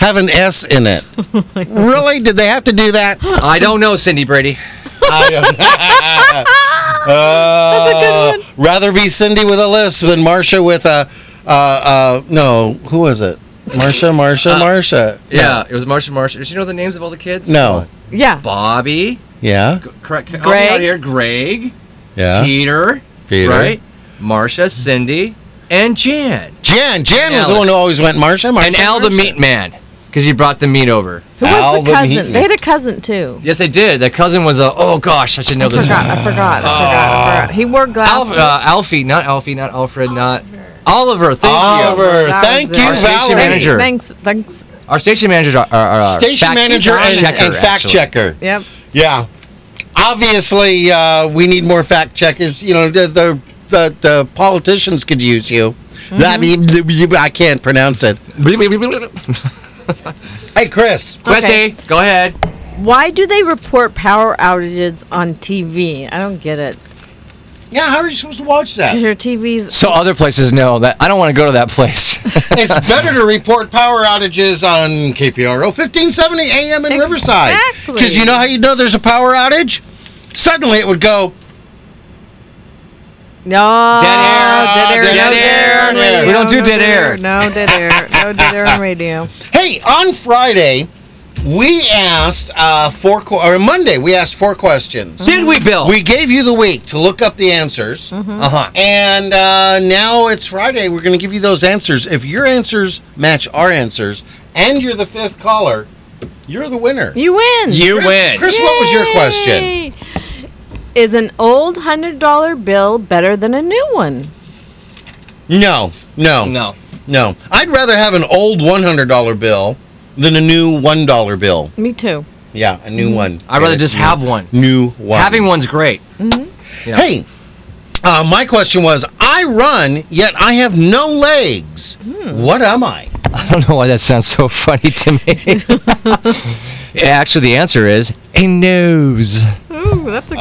Speaker 3: have an S in
Speaker 7: (laughs)
Speaker 3: it?
Speaker 7: Oh
Speaker 3: really? Did they have to do that?
Speaker 7: I don't know, Cindy Brady.
Speaker 3: I don't. (laughs) Uh, Rather be Cindy with a lisp than Marcia with a. Uh, uh, no, who was it? Marcia, Marcia,
Speaker 7: Uh,
Speaker 3: Marcia.
Speaker 7: Yeah, it was Marsha Marsha. Did you know the names of all the kids?
Speaker 3: No.
Speaker 2: Yeah.
Speaker 7: Bobby.
Speaker 3: Yeah.
Speaker 7: Correct. help me
Speaker 2: Greg.
Speaker 7: out here. Greg.
Speaker 3: Yeah.
Speaker 7: Peter.
Speaker 3: Peter.
Speaker 7: Right. Marcia, Cindy, and Jan.
Speaker 3: Jan. Jan
Speaker 7: And
Speaker 3: was the one
Speaker 7: Alice.
Speaker 3: who always went Marcia, Marcia.
Speaker 7: and Al the meat man, because he brought the meat over.
Speaker 2: Who was the cousin? They had a cousin too.
Speaker 7: Yes, they did. The cousin was a. Oh gosh, I should know
Speaker 2: I
Speaker 7: this.
Speaker 3: (laughs)
Speaker 2: forgot. I forgot. I forgot. I forgot. He wore
Speaker 7: Alf,
Speaker 2: glasses.
Speaker 7: uh, Alfie, not Alfie, not Alfred, not Oliver. Thank you.
Speaker 3: Oliver,
Speaker 2: That
Speaker 3: thank
Speaker 2: was it.
Speaker 3: you,
Speaker 7: Our station
Speaker 3: Valerie.
Speaker 7: manager.
Speaker 2: Thanks. Thanks.
Speaker 7: Our station managers are, are, are- are
Speaker 3: Station
Speaker 7: fact
Speaker 3: manager and,
Speaker 7: checker,
Speaker 3: and fact
Speaker 7: actually.
Speaker 3: checker.
Speaker 2: Yep.
Speaker 3: Yeah. Obviously, uh, we need more fact checkers. You know, the the, the, the politicians could use you.
Speaker 2: Mm-hmm.
Speaker 3: That I can't pronounce it. hey, Chris.
Speaker 2: Okay.
Speaker 7: Chrissy, go ahead.
Speaker 2: Why do they report power outages on TV? I don't get it.
Speaker 3: Yeah, how are you supposed to watch
Speaker 2: (laughs) Because
Speaker 3: that?
Speaker 2: your TV's.
Speaker 7: So other places know that I don't want to go to that (laughs) place.
Speaker 3: it's better to report power outages on KPRO 1570 AM in Riverside.
Speaker 2: Exactly.
Speaker 3: Because you know how you know there's a power outage? Suddenly it would go,
Speaker 2: No.
Speaker 7: Dead air.
Speaker 2: Dead air.
Speaker 3: Dead
Speaker 2: no
Speaker 3: air.
Speaker 2: on
Speaker 3: Dead air.
Speaker 2: radio,
Speaker 3: We don't
Speaker 7: do
Speaker 2: no
Speaker 7: dead air.
Speaker 2: No dead air. No dead air on radio.
Speaker 3: Hey, on Friday, we asked uh, four que- or Monday we asked four questions.
Speaker 7: Did we, Bill?
Speaker 3: We gave you the week to look up the answers,
Speaker 7: uh huh.
Speaker 3: and uh, now it's Friday. We're going to give you those answers. If your answers match our answers, and you're the fifth caller, you're the winner.
Speaker 2: You win.
Speaker 7: You
Speaker 3: Chris-
Speaker 7: win.
Speaker 3: Chris, what was your question?
Speaker 2: Yay. Is an old hundred dollar bill better than a new one?
Speaker 3: No, no,
Speaker 7: No.
Speaker 3: no. I'd rather have an old one hundred dollar bill than a new one dollar bill.
Speaker 2: Me too.
Speaker 3: Yeah, a new one.
Speaker 7: I'd rather just have one.
Speaker 3: new one.
Speaker 7: Having one's great. Yeah.
Speaker 3: Hey, uh, my question was I run, yet I have no legs. What am I?
Speaker 7: (laughs) I don't know why that sounds so funny to me. (laughs) Yeah, Actually, the answer is a nose.
Speaker 2: Ooh, that's a good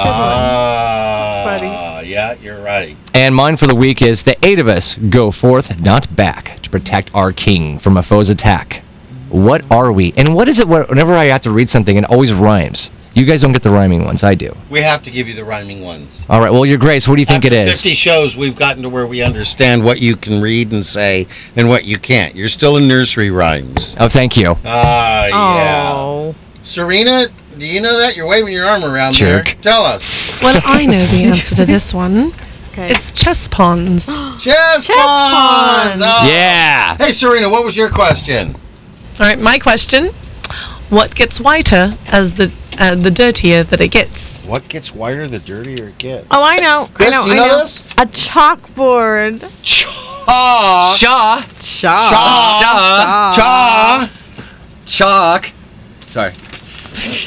Speaker 3: Ah, yeah, you're right.
Speaker 7: And mine for the week is the eight of us go forth, not back, to protect our king from a foe's attack. What are we? And what is it wh- whenever I have to read something, it always rhymes? You guys don't get the rhyming ones. I do.
Speaker 3: We have to give you the rhyming ones.
Speaker 7: All right. Well, Your Grace, what do you think
Speaker 3: After
Speaker 7: it is?
Speaker 3: 50 shows, we've gotten to where we understand what you can read and say and what you can't. You're still in nursery rhymes.
Speaker 7: Oh, thank you.
Speaker 3: Ah,
Speaker 2: one.
Speaker 3: yeah.
Speaker 2: Oh.
Speaker 3: Serena, do you know that? You're waving your arm around there.
Speaker 7: Jerk.
Speaker 3: Tell us.
Speaker 1: Well, I know (laughs) the answer to this one. It's chess pawns.
Speaker 3: Chess, pawns.
Speaker 2: pawns.
Speaker 3: Oh.
Speaker 7: Yeah.
Speaker 3: Hey, Serena, what was your question?
Speaker 1: All right, my question: What gets whiter as the uh, the dirtier that it gets?
Speaker 3: What gets whiter the dirtier it gets?
Speaker 2: Oh, I know.
Speaker 3: Chris,
Speaker 2: I know.
Speaker 3: do you
Speaker 2: I
Speaker 3: know
Speaker 2: know.
Speaker 3: this?
Speaker 2: A chalkboard.
Speaker 3: Chalk.
Speaker 7: Shaw.
Speaker 2: Chalk.
Speaker 3: Chalk.
Speaker 7: Shaw.
Speaker 3: Chalk.
Speaker 7: Chalk. Sorry.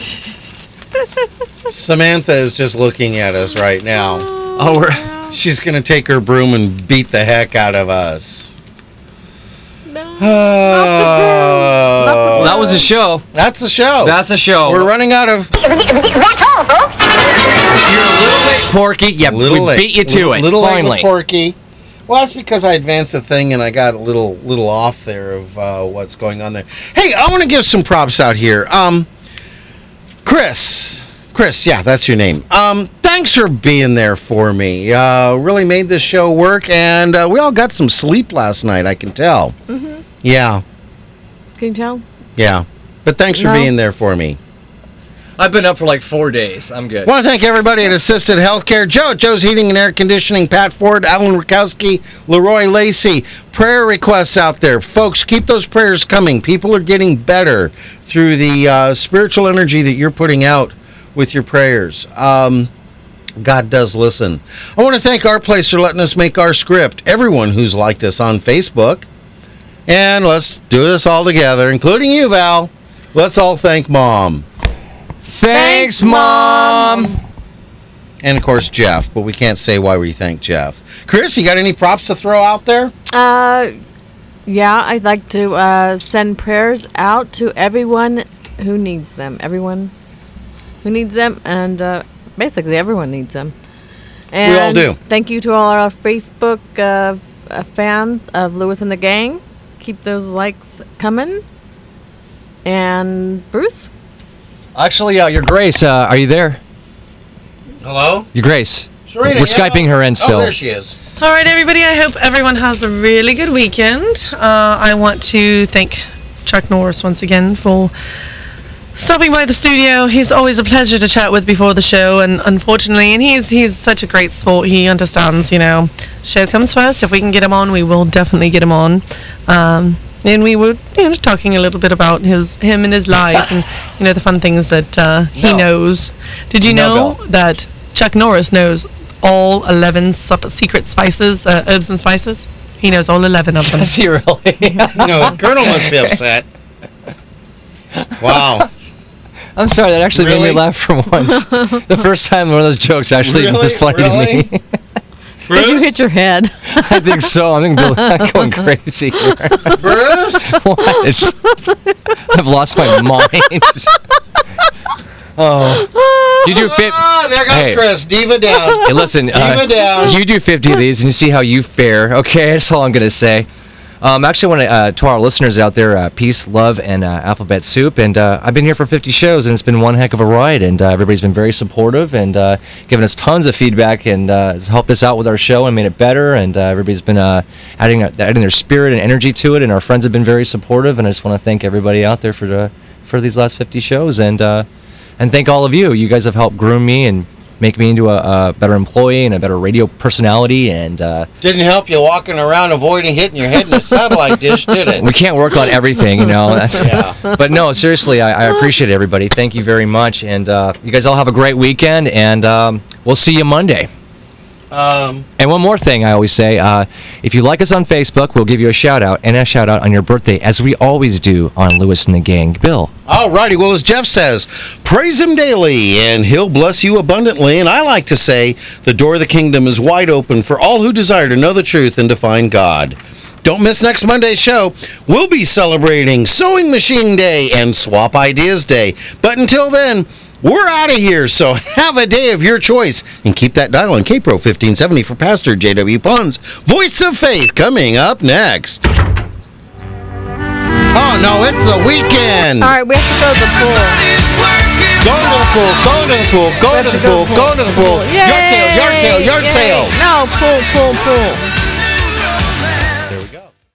Speaker 3: Samantha is just looking at us right now. Oh, we're she's gonna take her broom and beat the heck out of us. No.
Speaker 4: That was a show.
Speaker 3: Oh, That's a show.
Speaker 4: That's a show.
Speaker 3: We're running out of
Speaker 4: Porky. Yeah, we beat you to
Speaker 3: little,
Speaker 4: it.
Speaker 3: Little
Speaker 4: finally.
Speaker 3: Abel Porky. Well, that's because I advanced the thing and I got a little little off there of uh, what's going on there. Hey, I want to give some props out here. Um, Chris, Chris, yeah, that's your name. Um, thanks for being there for me. Uh, really made this show work, and uh, we all got some sleep last night. I can tell.
Speaker 2: Mhm.
Speaker 3: Yeah,
Speaker 2: Can you tell?
Speaker 3: yeah. But thanks for
Speaker 2: No.
Speaker 3: being there for me.
Speaker 16: I've been up for like four days. I'm good.
Speaker 3: Want to thank everybody at Assisted Healthcare. Joe, Joe's Heating and Air Conditioning, Pat Ford, Alan Rakowski, Leroy Lacey. Prayer requests out there. Folks, keep those prayers coming. People are getting better through the uh, spiritual energy that you're putting out with your prayers. Um, God does listen. I want to thank our place for letting us make our script. Everyone who's liked us on Facebook. And let's do this all together, including you, Val. Let's all thank Mom.
Speaker 7: Thanks, Mom.
Speaker 3: And of course, Jeff, but we can't say why we thank Jeff. Chris, you got any props to throw out there?
Speaker 2: Uh, yeah, I'd like to uh, send prayers out to everyone who needs them. Everyone who needs them, and uh, basically everyone needs them. And
Speaker 3: We all do.
Speaker 2: Thank you to all our Facebook uh, uh, fans of Lewis and the Gang. Keep those likes coming. And Bruce,
Speaker 7: Actually, uh, Your Grace, uh, are you there?
Speaker 3: Hello?
Speaker 7: Your Grace.
Speaker 1: Serena,
Speaker 7: We're
Speaker 1: yeah.
Speaker 7: Skyping her in
Speaker 1: Oh,
Speaker 7: still.
Speaker 1: there
Speaker 3: she is.
Speaker 1: All right, everybody. I hope everyone has a really good weekend. Uh, I want to thank Chuck Norris once again for stopping by the studio. He's always a pleasure to chat with before the show, and unfortunately, and he's he's such a great sport. He understands, you know. Show comes first. If we can get him on, we will definitely get him on. Um, and we were you know, talking a little bit about his him and his life, and you know the fun things that uh, he knows. Did you
Speaker 7: No,
Speaker 1: know that Chuck Norris knows all eleven sup- secret spices, uh, herbs and spices? He knows all eleven of them. Does
Speaker 7: he really?
Speaker 3: No, the Colonel must be
Speaker 7: (laughs)
Speaker 3: upset. Wow.
Speaker 7: I'm sorry, that actually made
Speaker 3: Really?
Speaker 7: me laugh
Speaker 3: (laughs)
Speaker 7: for once. the first time one of those jokes actually
Speaker 3: Really?
Speaker 7: misfired
Speaker 3: Really? (laughs)
Speaker 7: me.
Speaker 2: did you hit your head?
Speaker 7: (laughs) I think so. I think Bill- I'm
Speaker 3: (laughs)
Speaker 7: going crazy here. (laughs)
Speaker 3: Bruce?
Speaker 7: what? I've lost my mind. (laughs) oh. You do fif-
Speaker 3: Ah, there goes
Speaker 7: Hey.
Speaker 3: Chris. Diva down.
Speaker 7: (laughs) Hey, listen. uh,
Speaker 3: Diva down.
Speaker 7: You do 50 of these and you see how you fare. (laughs) Okay, that's all I'm going to say. Um, actually, I want to, uh, to our listeners out there, uh, peace, love, and uh, alphabet soup. And uh, I've been here for 50 shows, and it's been one heck of a ride. And uh, everybody's been very supportive and uh, giving us tons of feedback and uh, has helped us out with our show and made it better. And uh, everybody's been uh, adding adding their spirit and energy to it. And our friends have been very supportive. And I just want to thank everybody out there for the, for these last 50 shows. And uh, and thank all of you. You guys have helped groom me and make me into a, a better employee and a better radio personality. And uh,
Speaker 3: Didn't help you walking around avoiding hitting your head in a satellite dish, did it?
Speaker 7: we can't work on everything, you know. That's-
Speaker 3: (laughs) Yeah.
Speaker 7: (laughs) But no, seriously, I, I appreciate everybody. Thank you very much. And uh, you guys all have a great weekend. And um, we'll see you Monday.
Speaker 3: Um,
Speaker 7: And one more thing I always say uh, if you like us on Facebook, we'll give you a shout out and a shout out on your birthday, as we always do on Lewis and the Gang. Bill.
Speaker 3: Alrighty, well, as Jeff says, praise him daily and he'll bless you abundantly. And I like to say, the door of the kingdom is wide open for all who desire to know the truth and to find God. Don't miss next Monday's show. We'll be celebrating Sewing Machine Day and Swap Ideas Day. But until then, we're out of here, so (laughs) have a day of your choice and keep that dial on KPRO 1570 for Pastor J.W. Pons, Voice of Faith, coming up next. Oh, no, it's the weekend.
Speaker 2: All right, we have to go to the pool.
Speaker 3: Go to the pool, go to the pool, go to the pool, go to the pool. Yard sale, yard sale, yard
Speaker 2: Yay!
Speaker 3: sale.
Speaker 2: No, pool, pool, pool.